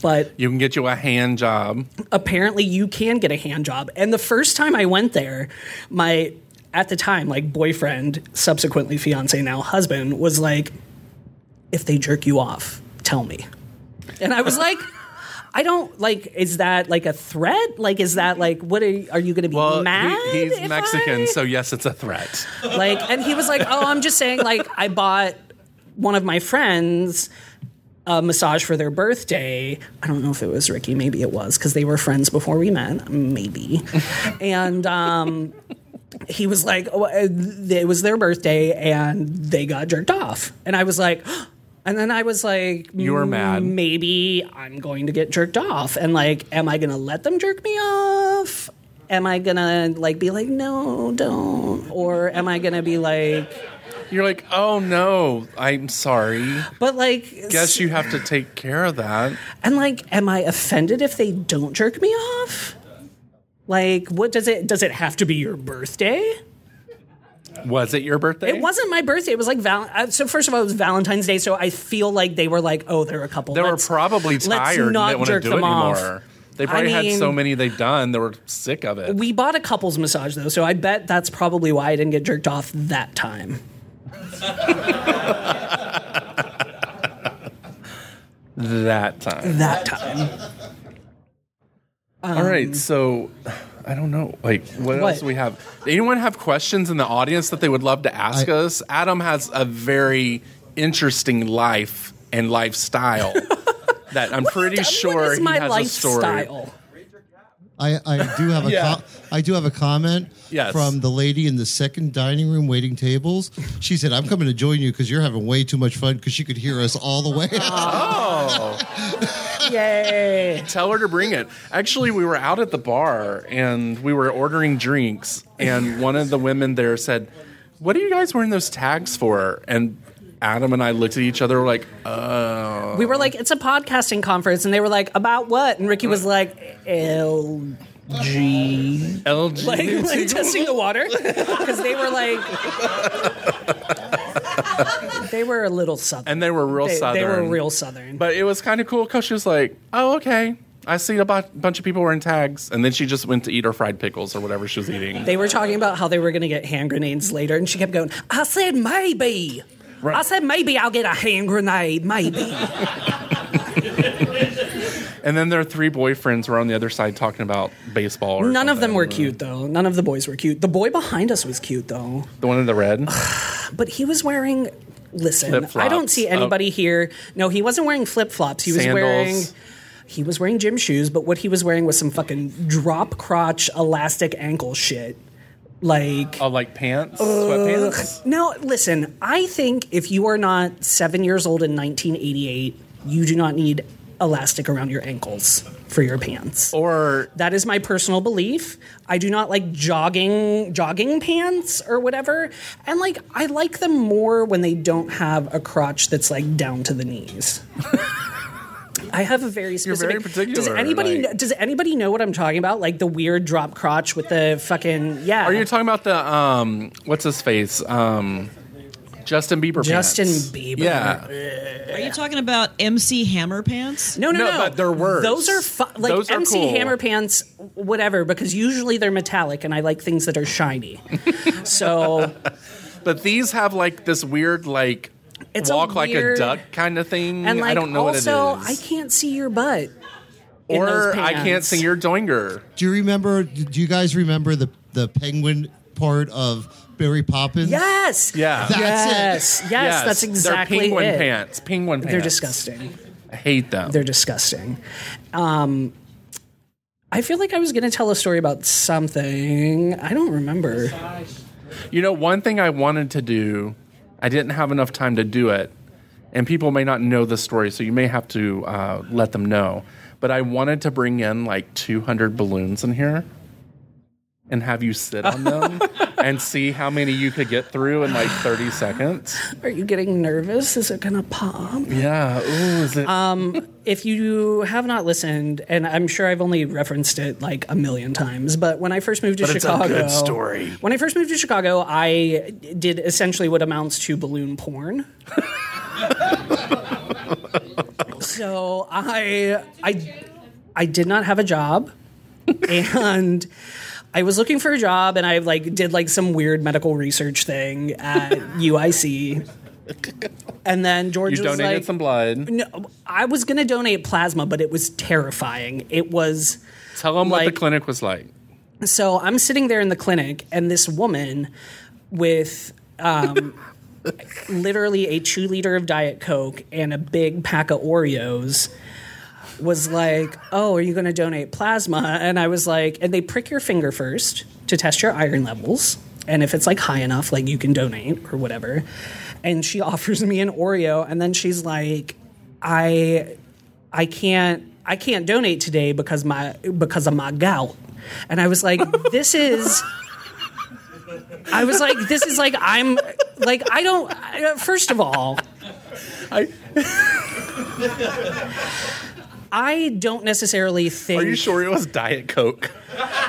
S5: But
S4: You can get you a hand job.
S5: apparently you can get a hand job. And the first time I went there, my at the time like boyfriend, subsequently fiance now husband was like if they jerk you off, tell me. And I was like I don't like is that like a threat? Like is that like what are you, are you going to be mad?
S4: He- he's
S5: if
S4: Mexican, so yes, it's a threat.
S5: like and he was like oh i'm just saying like i bought one of my friends a massage for their birthday i don't know if it was ricky maybe it was because they were friends before we met maybe and um he was like oh, uh, th- it was their birthday and they got jerked off and i was like *gasps* and then i was like
S4: You were mad.
S5: maybe i'm going to get jerked off and like am i going to let them jerk me off am i going to like be like no don't or am i going to be like
S4: You're like, oh no, I'm sorry.
S5: But like,
S4: guess you have to take care of that.
S5: And like, am I offended if they don't jerk me off? Like, what does it does it have to be your birthday?
S4: Was it your birthday?
S5: It wasn't my birthday. It was like val- uh, so. First of all, it was Valentine's Day, so I feel like they were like, "Oh, they're a couple."
S4: They were
S5: Let's-
S4: probably
S5: let's
S4: tired and
S5: not
S4: didn't want to
S5: jerk
S4: do it
S5: them off.
S4: anymore. They
S5: I
S4: probably had so
S5: mean-
S4: many they've done they were sick of it.
S5: We bought a couples massage though, so I bet that's probably why I didn't get jerked off that time.
S4: that time.
S5: That time.
S4: All right, so I don't know. Like, what,
S5: Um, What?
S4: else do we have? Anyone have questions in the audience that they would love to ask us? Adam has a very interesting life and
S5: *laughs*
S4: lifestyle that I'm pretty sure
S5: It's
S4: he
S5: my
S4: has a story.
S5: lifestyle.
S17: I, I do have a
S4: Yeah.
S17: com- I do have a comment
S4: Yes.
S17: from the lady in the second dining room waiting tables. She said, "I'm coming to join you because you're having way too much fun because she could hear us all the way."
S4: Oh.
S5: Yay.
S4: Tell her to bring it. Actually, we were out at the bar and we were ordering drinks, and one of the women there said, What are you guys wearing those tags for? And Adam and I looked at each other we're like, oh.
S5: We were like, it's a podcasting conference, and they were like, about what? And Ricky was like, LG.
S4: LG.
S5: Like, like testing the *laughs* water. Because they were like, they were a little southern.
S4: and they were real
S5: They-
S4: southern.
S5: they were real southern.
S4: But it was kind of cool because she was like, "Oh, okay, I see a bu- bunch of people wearing tags," and then she just went to eat her fried pickles or whatever she was eating.
S5: They were talking about how they were going to get hand grenades later, and she kept going, I said maybe. I said maybe I'll get a hand grenade, maybe.
S4: and then their three boyfriends were on the other side talking about baseball. Or
S5: None of them were cute, though. None of the boys were cute. The boy behind us was cute, though.
S4: the one in the red.
S5: But he was wearing. Listen,
S4: Flip-flops. Oh.
S5: I don't see anybody here. No, he wasn't wearing flip flops. He was
S4: Sandals.
S5: wearing. He was wearing gym shoes, but what he was wearing was some fucking drop crotch elastic ankle shit. Like
S4: oh, like pants,
S5: Ugh.
S4: sweatpants.
S5: No, listen, I think if you are not seven years old in 1988, you do not need elastic around your ankles for your pants.
S4: Or
S5: that is my personal belief. I do not like jogging jogging pants or whatever. And like I like them more when they don't have a crotch that's like down to the knees. I have a very
S4: You're
S5: specific.
S4: very particular,
S5: Does anybody
S4: like-
S5: does anybody know what I'm talking about? Like the weird drop crotch with the fucking yeah.
S4: Are you talking about the um? What's his face? Um, Justin Bieber.
S5: Justin
S4: pants.
S5: Bieber.
S4: Yeah.
S15: Are you talking about MC Hammer pants?
S5: No, no, no.
S4: but they're worse.
S5: Those are fu- like
S4: Those are
S5: MC
S4: cool.
S5: Hammer pants, whatever, because usually they're metallic, and I like things that are shiny. so
S4: But these have like this weird like
S5: It's a
S4: walk like a
S5: weird-
S4: duck kind of thing.
S5: and like
S4: I don't know
S5: also,
S4: what it is.
S5: I can't see your butt. in
S4: or
S5: those
S4: I can't
S5: pants.
S4: sing your doinger.
S17: do you remember? Do you guys remember the the penguin part of Barry Poppins?
S5: Yes.
S4: Yeah.
S17: That's
S5: yes.
S17: it.
S5: Yes. That's exactly
S4: They're penguin
S5: it.
S4: pants. Penguin pants.
S5: They're disgusting.
S4: I hate them.
S5: They're disgusting. Um, I feel like I was going to tell a story about something. I don't remember.
S4: You know, one thing I wanted to do, I didn't have enough time to do it, and people may not know the story, so you may have to uh, let them know. But I wanted to bring in like 200 balloons in here and have you sit on
S5: *laughs*
S4: them and see how many you could get through in like 30 seconds.
S5: Are you getting nervous? Is it going to pop?
S4: Yeah. Ooh, is it?
S5: Um, if you have not listened, and I'm sure I've only referenced it like a million times, but when I first moved to
S4: But it's a
S5: Chicago,
S4: good story.
S5: When I first moved to Chicago, I did essentially what amounts to balloon porn. *laughs* so I I I did not have a job, and I was looking for a job, and I like did like some weird medical research thing at UIC. And then George
S4: you
S5: was
S4: donated
S5: like,
S4: some blood.
S5: no, I was going to donate plasma, but it was terrifying. It was.
S4: Tell them what
S5: like-
S4: the clinic was like.
S5: So I'm sitting there in the clinic, and this woman with um, literally a two liter of Diet Coke and a big pack of Oreos was like, Oh, are you going to donate plasma? And I was like, And they prick your finger first to test your iron levels. And if it's like high enough, like you can donate or whatever. And she *laughs* offers me an Oreo, and then she's like, I I can't I can't donate today because my because of my gout.
S4: *laughs*
S5: And I was like, this is I was like, this is like I'm Like I don't. I, first of all,
S4: I
S5: I don't necessarily think.
S4: Are you sure it was Diet Coke?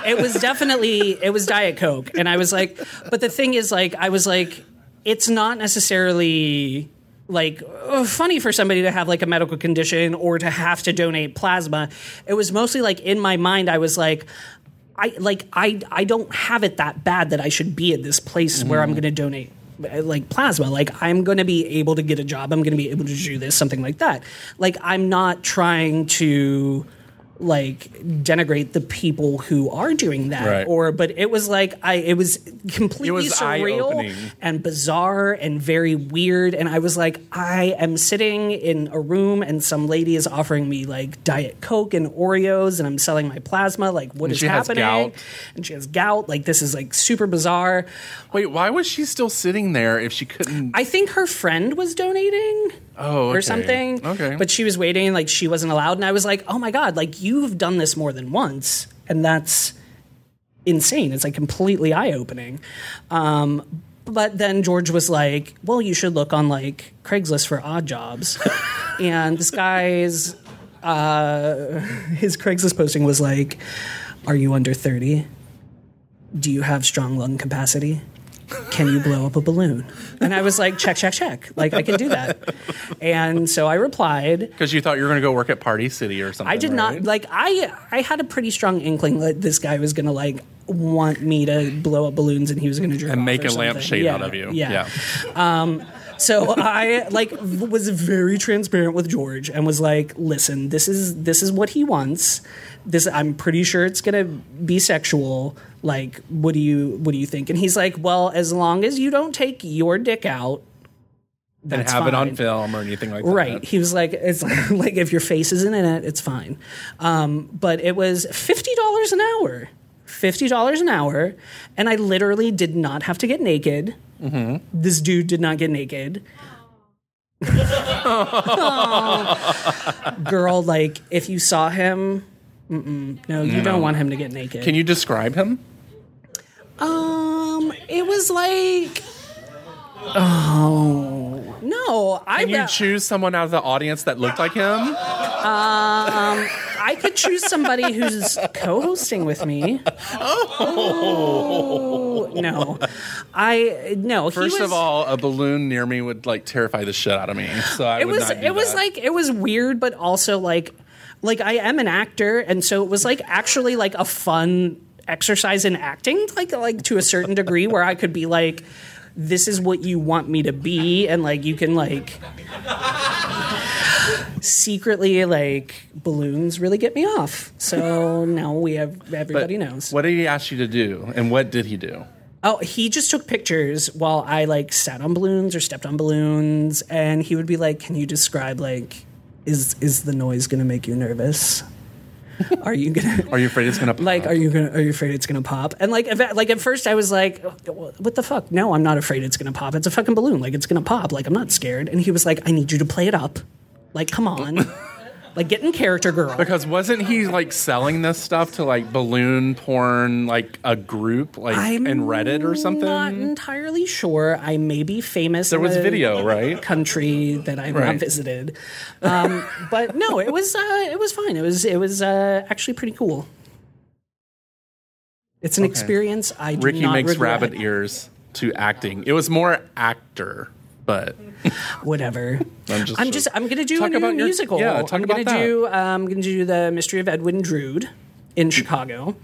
S5: It was definitely it was Diet Coke, and I was like, but the thing is, like, I was like, it's not necessarily like uh, funny for somebody to have like a medical condition or to have to donate plasma. It was mostly like in my mind, I was like. I like I I don't have it that bad that I should be at this place where
S4: Mm-hmm.
S5: I'm going to donate uh, like plasma. Like I'm going to be able to get a job. I'm going to be able to do this, something like that. Like I'm not trying to like denigrate the people who are doing that
S4: Right.
S5: or but it was like I it was completely
S4: It was eye-opening.
S5: surreal and bizarre and very weird and I was like I am sitting in a room and some lady is offering me like diet coke and oreos and I'm selling my plasma like what
S4: And
S5: is
S4: she has
S5: happening
S4: gout.
S5: and she has gout like this is like super bizarre
S4: wait why was she still sitting there if she couldn't
S5: I think her friend was donating
S4: Oh, okay.
S5: or something.
S4: Okay.
S5: But she was waiting, like she wasn't allowed. And I was like, oh my God, like you've done this more than once. And that's insane. It's like completely eye opening. Um, but then George was like, well, you should look on like Craigslist for
S4: *laughs*
S5: odd jobs. and this guy's, uh, his Craigslist posting was like, are you under 30? Do you have strong lung capacity? Can you blow up a balloon? And I was like, check, check, check. Like, I can do that. And so I replied,
S4: because you thought you were going to go work at Party City or something.
S5: I did
S4: right?
S5: not like I I had a pretty strong inkling that this guy was gonna like want me to blow up balloons and he was gonna jerk
S4: and
S5: off
S4: make
S5: or
S4: a
S5: something.
S4: lampshade
S5: Yeah,
S4: out of you.
S5: Yeah. Um so I like v- was very transparent with George and was like, listen, this is this is what he wants. This I'm pretty sure it's gonna be sexual. Like, what do you what do you think? And he's like, well, as long as you don't take your dick out
S4: and
S5: That's
S4: have it on
S5: fine.
S4: film or anything like that.
S5: right. He was like, it's *laughs* like, like if your face isn't in it, it's fine. Um, but it was fifty dollars an hour, fifty dollars an hour, and I literally did not have to get naked.
S4: Mm-hmm.
S5: This dude did not get
S4: *laughs*
S5: naked. Girl, like if you saw him, mm-mm, no, you
S4: No.
S5: don't want him to get naked.
S4: Can you describe him?
S5: Um, it was like, oh no, I
S4: Can you
S5: bet-
S4: choose someone out of the audience that looked like
S5: *gasps*
S4: him?
S5: Um, I could choose somebody who's co-hosting with me. Oh, no, I no. he
S4: First
S5: was,
S4: of all, a balloon near me would like terrify the shit out of me. So I
S5: it
S4: would
S5: was
S4: not
S5: it
S4: do
S5: was
S4: that.
S5: like it was weird, but also like like I am an actor, and so it was like actually like a fun exercise in acting, like like to a certain degree, where I could be like. This is what you want me to be, and like you can like secretly like balloons really get me off. So now we have
S4: But
S5: everybody knows.
S4: What did he ask you to do, and what did he do?
S5: Oh, he just took pictures while I like sat on balloons or stepped on balloons, and he would be like, "Can you describe like, is is the noise going to make you nervous? Are you gonna *laughs*
S4: Are you afraid it's gonna
S5: like, are you gonna are you afraid it's going to pop?" And like, if, like at first I was like, "What the fuck? No, I'm not afraid it's going to pop. It's a fucking balloon. Like it's going to pop. Like I'm not scared." And he was like, "I need you to play it up. Like
S4: *laughs*
S5: come on, like get in character, girl."
S4: Because wasn't he like selling this stuff to like balloon porn, like a group, like
S5: I'm
S4: in Reddit or something?
S5: Not entirely sure. I may be famous.
S4: There
S5: in
S4: was
S5: a
S4: video, right?
S5: Country that I've
S4: Right.
S5: not visited, um, but no, it was uh, it was fine. It was it was uh, actually pretty cool. It's an
S4: Okay.
S5: experience I do
S4: Ricky
S5: not
S4: makes
S5: regret.
S4: rabbit ears to acting. It was more actor, but
S5: whatever.
S4: I'm just.
S5: I'm just I'm gonna do
S4: Talk
S5: a new
S4: about your-
S5: musical.
S4: yeah, talk
S5: I'm
S4: about
S5: gonna
S4: that.
S5: do um, I'm gonna do the Mystery of Edwin Drood in Chicago.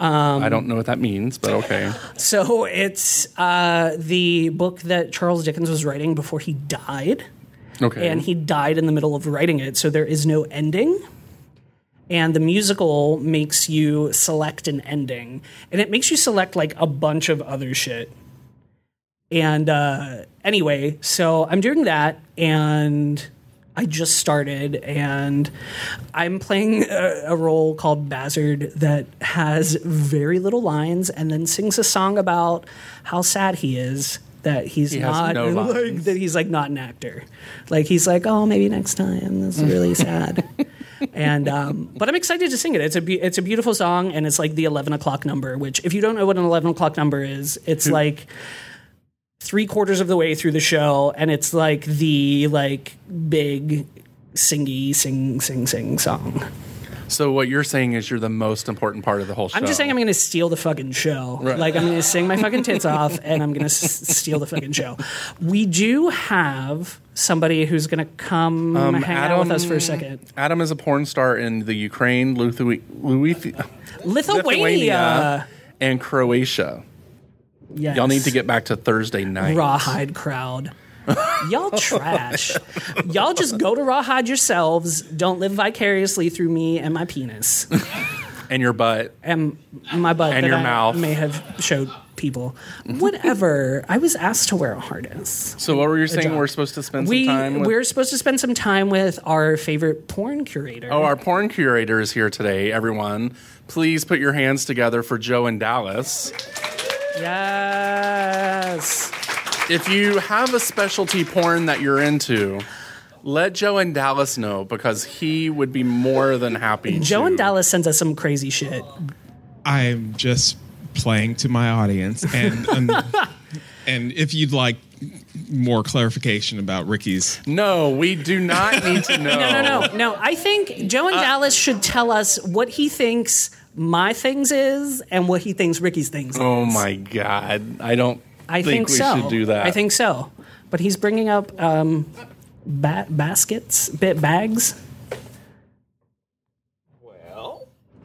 S5: Um,
S4: I don't know what that means, but okay.
S5: So it's uh, the book that Charles Dickens was writing before he died.
S4: Okay.
S5: And he died in the middle of writing it, so there is no ending. And the musical makes you select an ending, and it makes you select like a bunch of other shit. And uh, anyway, so I'm doing that, and I just started, and I'm playing a, a role called Bazard that has very little lines, and then sings a song about how sad he is that he's
S4: He has
S5: not
S4: no
S5: *laughs* like,
S4: lines.
S5: that he's like not an actor. Like he's like, oh, maybe next time. This
S4: *laughs*
S5: is really sad. and um, but I'm excited to sing it. It's a be- it's a beautiful song, and it's like the eleven o'clock number. Which, if you don't know what an eleven o'clock number is, it's like three quarters of the way through the show, and it's like the like big singy sing sing sing song.
S4: So what you're saying is you're the most important part of the whole show.
S5: I'm just saying I'm going to steal the fucking show.
S4: Right.
S5: Like I'm going to sing my fucking tits off and I'm going to s- *laughs* steal the fucking show. We do have somebody who's going to come
S4: Um,
S5: hang out with us for a second.
S4: Adam is a porn star in the Ukraine, Lithu- Luith-
S5: Lithuania.
S4: and Croatia.
S5: Yes.
S4: Y'all need to get back to Thursday night.
S5: Rawhide crowd.
S4: *laughs*
S5: Y'all trash. Y'all just go to Rawhide yourselves. Don't live vicariously through me and my penis
S4: and your butt
S5: and my butt
S4: And
S5: that
S4: your
S5: I
S4: mouth.
S5: may have showed people. Whatever. I was asked to wear a harness.
S4: So what were you
S5: A
S4: saying?
S5: job.
S4: We're supposed to spend
S5: we
S4: some time. With-
S5: we're supposed to spend some time with our favorite porn curator.
S4: oh, our porn curator is here today. Everyone, please put your hands together for Joe and Dallas.
S5: Yes.
S4: If you have a specialty porn that you're into, let Joe and Dallas know because he would be more than happy.
S5: Joe and Dallas sends us some crazy shit.
S18: I'm just playing to my audience, and
S15: *laughs*
S18: and, and if you'd like more clarification about Ricky's,
S4: no, we do not need to know.
S5: *laughs* No, no, no, no. I think Joe and Dallas should tell us what he thinks my things is and what he thinks Ricky's things. is.
S4: Oh my God! I don't.
S5: I
S4: think,
S5: think,
S4: we
S5: so.
S4: should do that.
S5: I think so. But he's bringing up um, ba- baskets, bit bags.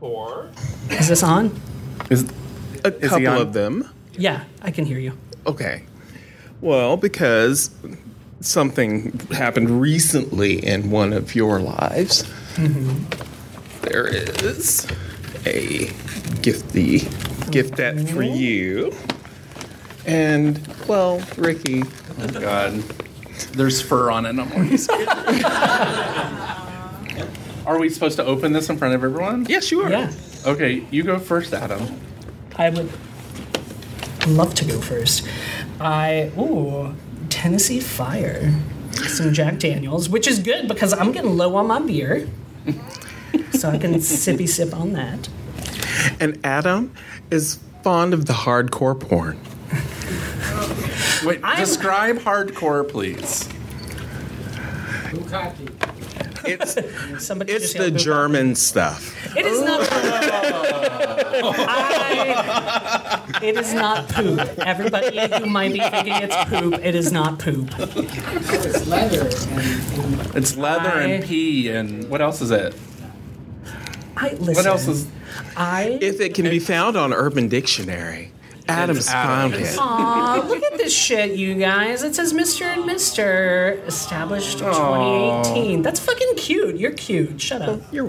S10: Four.
S5: Is this on?
S4: Is,
S19: a
S5: he
S19: couple
S5: on?
S19: of them.
S5: Yeah, I can hear you.
S19: Okay. Well, because something happened recently in one of your lives. There is a gifty gift that for you. And well, Ricky.
S4: Oh God, there's fur on it. I'm
S19: *laughs*
S4: already scared. Are we supposed to open this in front of everyone?
S19: Yes, you are.
S5: Yeah.
S4: Okay, you go first, Adam.
S5: I would love to go first. I ooh Tennessee Fire, some Jack Daniels, which is good because I'm getting low on my beer, so I can sippy sip on that.
S19: And Adam is fond of the hardcore porn.
S4: Wait, describe hardcore, please.
S5: *laughs* It's, Somebody
S19: it's the German stuff.
S5: It is not. I- it is not poop. Everybody who might be thinking it's poop, it is not poop. It's leather.
S4: It's leather and
S5: I-
S4: pee and what else is it?
S5: I listen.
S4: What else is?
S5: I
S19: if it can be found on Urban Dictionary, Adam's found it.
S5: Aw, uh, look at this shit, you guys. It says Mr. and Mr. Established
S19: Aw.
S5: 2018. That's fucking cute. You're cute. Shut
S4: *laughs*
S5: up. You're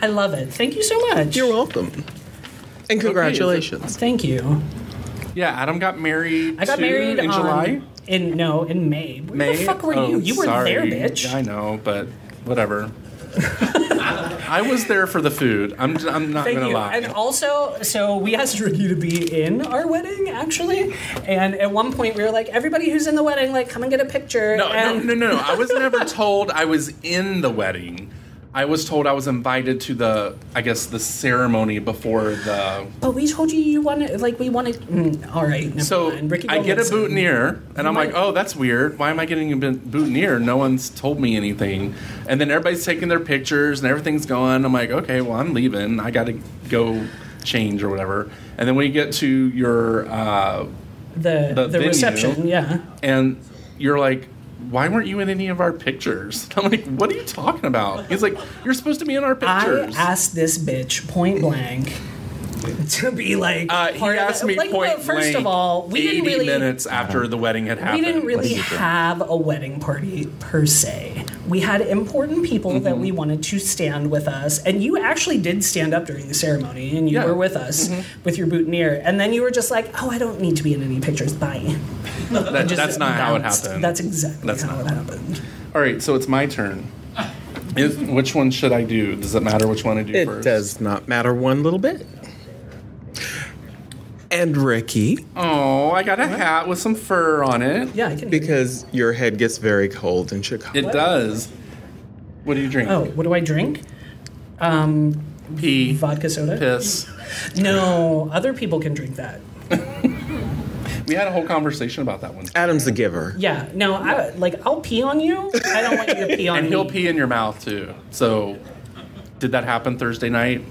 S5: I love it. Thank you so much. You're
S19: welcome. And congratulations.
S5: Thank you.
S4: Yeah, Adam got married.
S5: I got
S4: too,
S5: married
S4: in
S5: on-
S4: July.
S5: In no, in May. Where
S4: May?
S5: the fuck were
S4: Oh,
S5: you? You were
S4: sorry.
S5: there, bitch.
S4: I know, but whatever. I was there for the food. I'm, j- I'm not
S5: Thank
S4: gonna
S5: you.
S4: lie.
S5: And also, so we asked Ricky to be in our wedding, actually. And at one point, we were like, everybody who's in the wedding, like, come and get a picture.
S4: No,
S5: and
S4: no, no, no. I was
S5: *laughs*
S4: never told I was in the wedding. I was told I was invited to the, I guess, the ceremony before the.
S5: But we told you you wanted, like, we wanted. Mm, all right. Never
S4: So
S5: mind. Ricky
S4: I get a
S5: Goldman's-
S4: boutonniere, and I'm like, oh, that's weird. Why am I getting a bout- boutonniere? No one's told me anything. And then everybody's taking their pictures, and everything's going. I'm like, okay, well, I'm leaving. I got to go change or whatever. And then when you get to your uh,
S5: The,
S4: the
S5: the,
S4: venue.
S5: reception, yeah.
S4: and you're like, why weren't you in any of our pictures? *laughs* I'm like, what are you talking about? He's like, you're supposed to be in our pictures.
S5: I asked this bitch point blank to be like.
S4: Uh, he
S5: part of
S4: asked
S5: the-
S4: me
S5: like,
S4: point
S5: well, First
S4: blank
S5: of all, we
S4: 80
S5: didn't really.
S4: minutes after the wedding had happened.
S5: Uh-huh. We didn't really have a wedding party per se. We had important people
S4: Mm-hmm.
S5: that we wanted to stand with us, and you actually did stand up during the ceremony, and you
S4: Yeah.
S5: were with us
S4: Mhm.
S5: with your boutonniere, and then you were just like, "Oh, I don't need to be in any pictures." Bye. *laughs*
S4: That-
S5: Just
S4: that's not how it
S5: bounced.
S4: happened.
S5: That's exactly
S4: That's
S5: how
S4: not
S5: it
S4: how
S5: happened.
S4: All right, so it's my turn. Is- which one should I do? Does it matter which one I do
S19: It
S4: first?
S19: does not matter one little bit. And Ricky.
S4: Oh, I got a hat with some fur on it.
S5: Yeah, I can.
S19: Because your head gets very cold in Chicago. Oh,
S4: It does. What do you drink?
S5: Oh, what do I drink? Um,
S4: Pee.
S5: Vodka soda?
S4: Piss.
S5: No, other people can drink that.
S4: We had a whole conversation about that one.
S19: Adam's the giver.
S5: Yeah, no, I, like I'll pee on you. I don't want you to pee
S4: *laughs*
S5: on
S4: and he'll
S5: me.
S4: pee in your mouth too. So, did that happen Thursday night?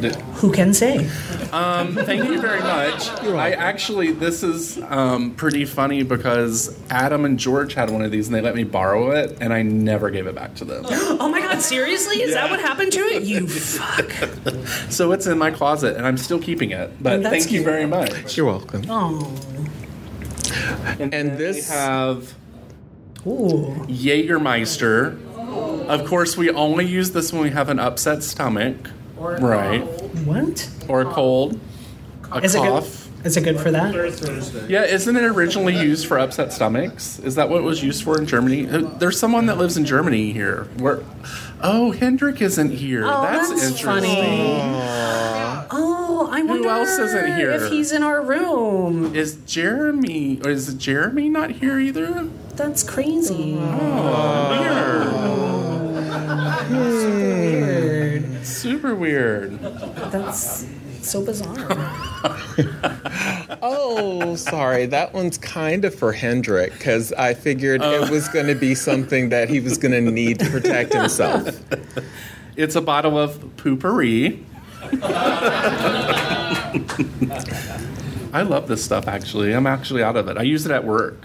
S4: Did-
S5: Who can say?
S4: Um, thank you
S19: *laughs*
S4: very much. I actually, this is um, pretty funny because Adam and George had one of these and they let me borrow it and I never gave it back to them.
S5: Oh my god, seriously? Is that what happened to
S4: *laughs*
S5: it? You fuck.
S4: so it's in my closet and I'm still keeping it. But
S5: That's
S4: thank you
S5: cute.
S4: very much.
S19: You're welcome.
S5: Oh.
S4: And, this we have
S5: Ooh.
S4: Jägermeister. Of course, we only use this when we have an upset stomach,
S5: Or a
S4: right?
S5: What?
S4: Or a cold, a
S5: Is it good?
S4: cough.
S5: Is it good for that?
S4: Yeah, isn't it originally used for upset stomachs? Is that what it was used for in Germany? Uh, There's someone that lives in Germany here. Where, oh, Hendrik isn't here.
S5: Oh,
S4: that's,
S5: that's funny.
S4: interesting.
S5: Oh, I wonder
S4: else isn't here?
S5: if he's in our room.
S4: Is Jeremy or is Jeremy not here either?
S5: That's crazy.
S4: weird. Super weird.
S5: That's so bizarre.
S4: *laughs*
S19: Oh, sorry. That one's kind of for Hendrik because I figured it was going to be something that he was going *laughs* to need to protect himself.
S4: It's a bottle of poopery. I love this stuff actually. I'm actually out of it. I use it at work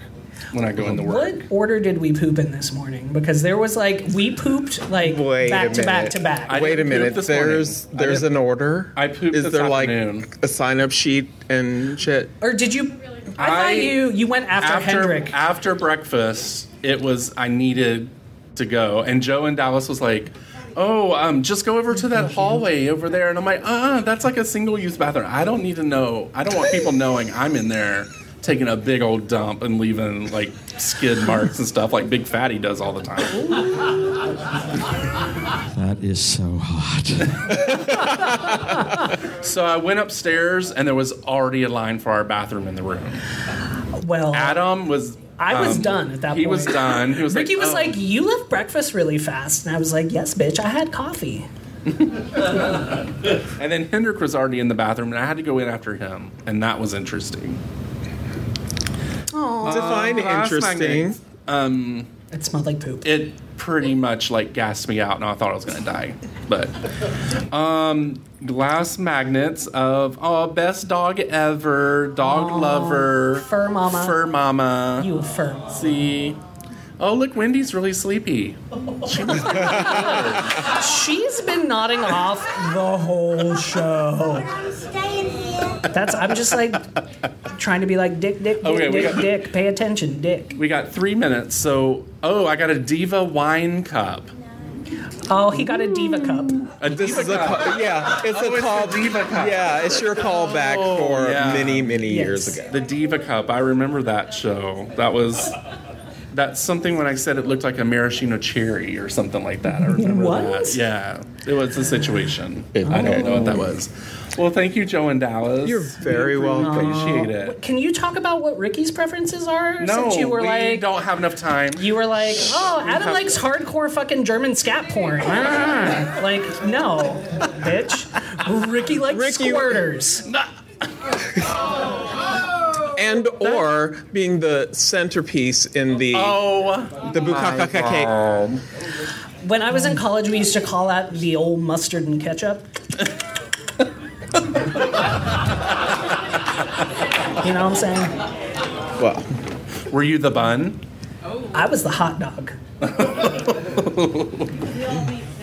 S4: when I go into work.
S5: What order did we poop in this morning? Because there was like we pooped like
S19: Wait
S5: back
S19: a
S5: to
S19: minute.
S5: back to back.
S19: Wait a minute. There's there's an order.
S4: I pooped
S19: Is
S4: this
S19: there
S4: afternoon.
S19: like a sign up sheet and shit?
S5: Or did you? I,
S4: I-
S5: thought you you went after, Hendrik.
S4: after breakfast, it was I needed to go, and Joe and Dallas was like, "Oh, um, just go over to that hallway over there," and I'm like, "Uh, that's like a single-use bathroom. I don't need to know. I don't want people knowing I'm in there." Taking a big old dump and leaving like skid marks and stuff like Big Fatty does all the time.
S6: That is so hot.
S4: So I went upstairs and there was already a line for our bathroom in the room.
S5: Well,
S4: Adam was.
S5: I was
S4: um,
S5: done at that
S4: he
S5: point.
S4: was done. He was
S5: Ricky
S4: like,
S5: was
S4: "Oh."
S5: like, "You left breakfast really fast," and I was like, "Yes, bitch, I had coffee."
S4: and then Hendrik was already in the bathroom, and I had to go in after him, and that was interesting.
S5: Oh,
S19: Define
S4: glass
S19: interesting.
S4: magnets. Um,
S5: it smelled like poop.
S4: It pretty much like gassed me out, and I thought I was gonna die. But um, glass magnets of oh, best dog ever, dog lover,
S5: fur mama.
S4: fur mama.
S5: You fur.
S4: See. Oh look, Wendy's really
S5: *laughs*
S4: sleepy.
S5: She's been nodding off the whole show. That's I'm just like trying to be like dick, dick, dick,
S4: Okay, we
S5: dick,
S4: got-
S5: dick. Pay attention, dick.
S4: We got three minutes, so oh, I got a diva wine cup.
S5: Oh, he got a diva cup.
S4: A diva
S19: It's a
S4: cup.
S19: ca- yeah,
S4: *laughs*
S19: it's a call. Yeah, it's your callback for many, many years ago.
S4: Oh, The Diva Cup. I remember that show. That was that's something when I said it looked like a maraschino cherry or something like that. I remember
S5: What?
S4: that. Yeah, it was a situation. I don't know what that was. Well, thank you, Joe and Dallas. You're
S19: Oh. very
S5: welcome.
S4: Appreciate it.
S5: Can you talk about what Ricky's preferences are?
S4: No,
S5: since you were
S4: we
S5: like,
S4: don't have enough time.
S5: you were like, oh,
S4: We
S5: Adam
S4: have-
S5: likes hardcore fucking German
S4: *laughs*
S5: scat porn. Ah. like, no, bitch. Ricky likes squirters.
S19: And or being the centerpiece in the
S4: oh
S19: the bukaka cake.
S5: When I was in college, we used to call that the old mustard and ketchup. you know what I'm saying?
S19: Well,
S4: were you the bun?
S5: I was the hot dog.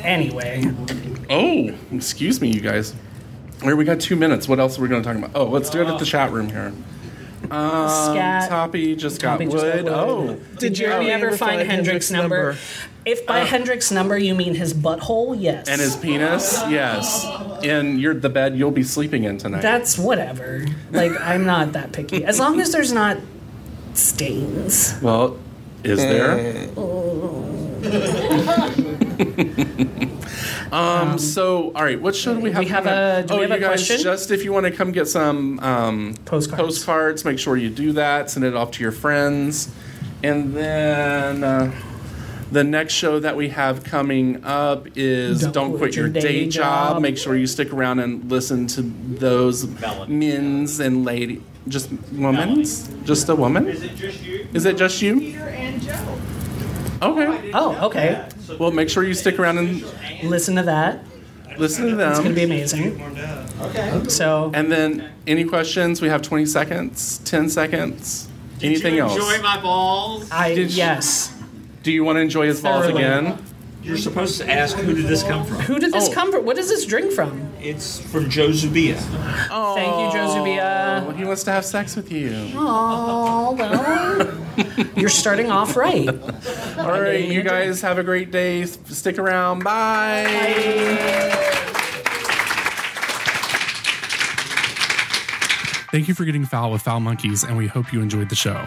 S5: Anyway,
S4: Oh, excuse me, you guys. Here we got two minutes. What else are we going to talk about? Oh, let's do it at the chat room here. Um,
S5: Scat.
S4: Toppy just got
S5: Toppy
S4: wood.
S5: just got wood.
S4: Oh,
S5: did Jeremy ever find Hendrick's number? If by Hendrick's number you mean his butthole, yes.
S4: Uh, And his penis? Yes. And you're the bed you'll be sleeping in tonight.
S5: That's whatever. Like I'm not that picky. As long as there's not stains.
S4: well, is there?
S5: Oh.
S4: *laughs* Um, so, all right, what should we have?
S5: we have
S4: coming up?
S5: a- do we
S4: oh,
S5: have a
S4: you guys,
S5: question?
S4: just if you want to come get some um,
S5: postcards.
S4: postcards, make sure you do that. Send it off to your friends, and then uh, The next show that we have coming up is Don't, Quit Your, Day, job. Make sure you stick around and listen to those men's and lady, just women's, just a woman. Is it just you? Is it just you? Peter and Joe. Okay.
S5: Oh, okay.
S4: Well, make sure you stick around and
S5: listen to that.
S4: Listen to them.
S5: It's gonna be amazing. Okay. So.
S4: And then any questions? We have 20 seconds, 10 seconds. Anything
S10: you
S4: else?
S10: Enjoy my balls.
S5: I yes.
S4: Do you want to enjoy his balls
S10: Thoroughly.
S4: again?
S20: You're supposed to ask who did this come from?
S5: Who did this come from? What does this drink from?
S20: It's from Joe Zubia.
S5: Oh. Thank you, Joe Zubia.
S4: He wants to have sex with you.
S5: Oh well. *laughs* You're starting off right.
S4: All right, you guys have a great day. S- Stick around. Bye. Thank you for getting foul with Foul Monkeys, and we hope you enjoyed the show.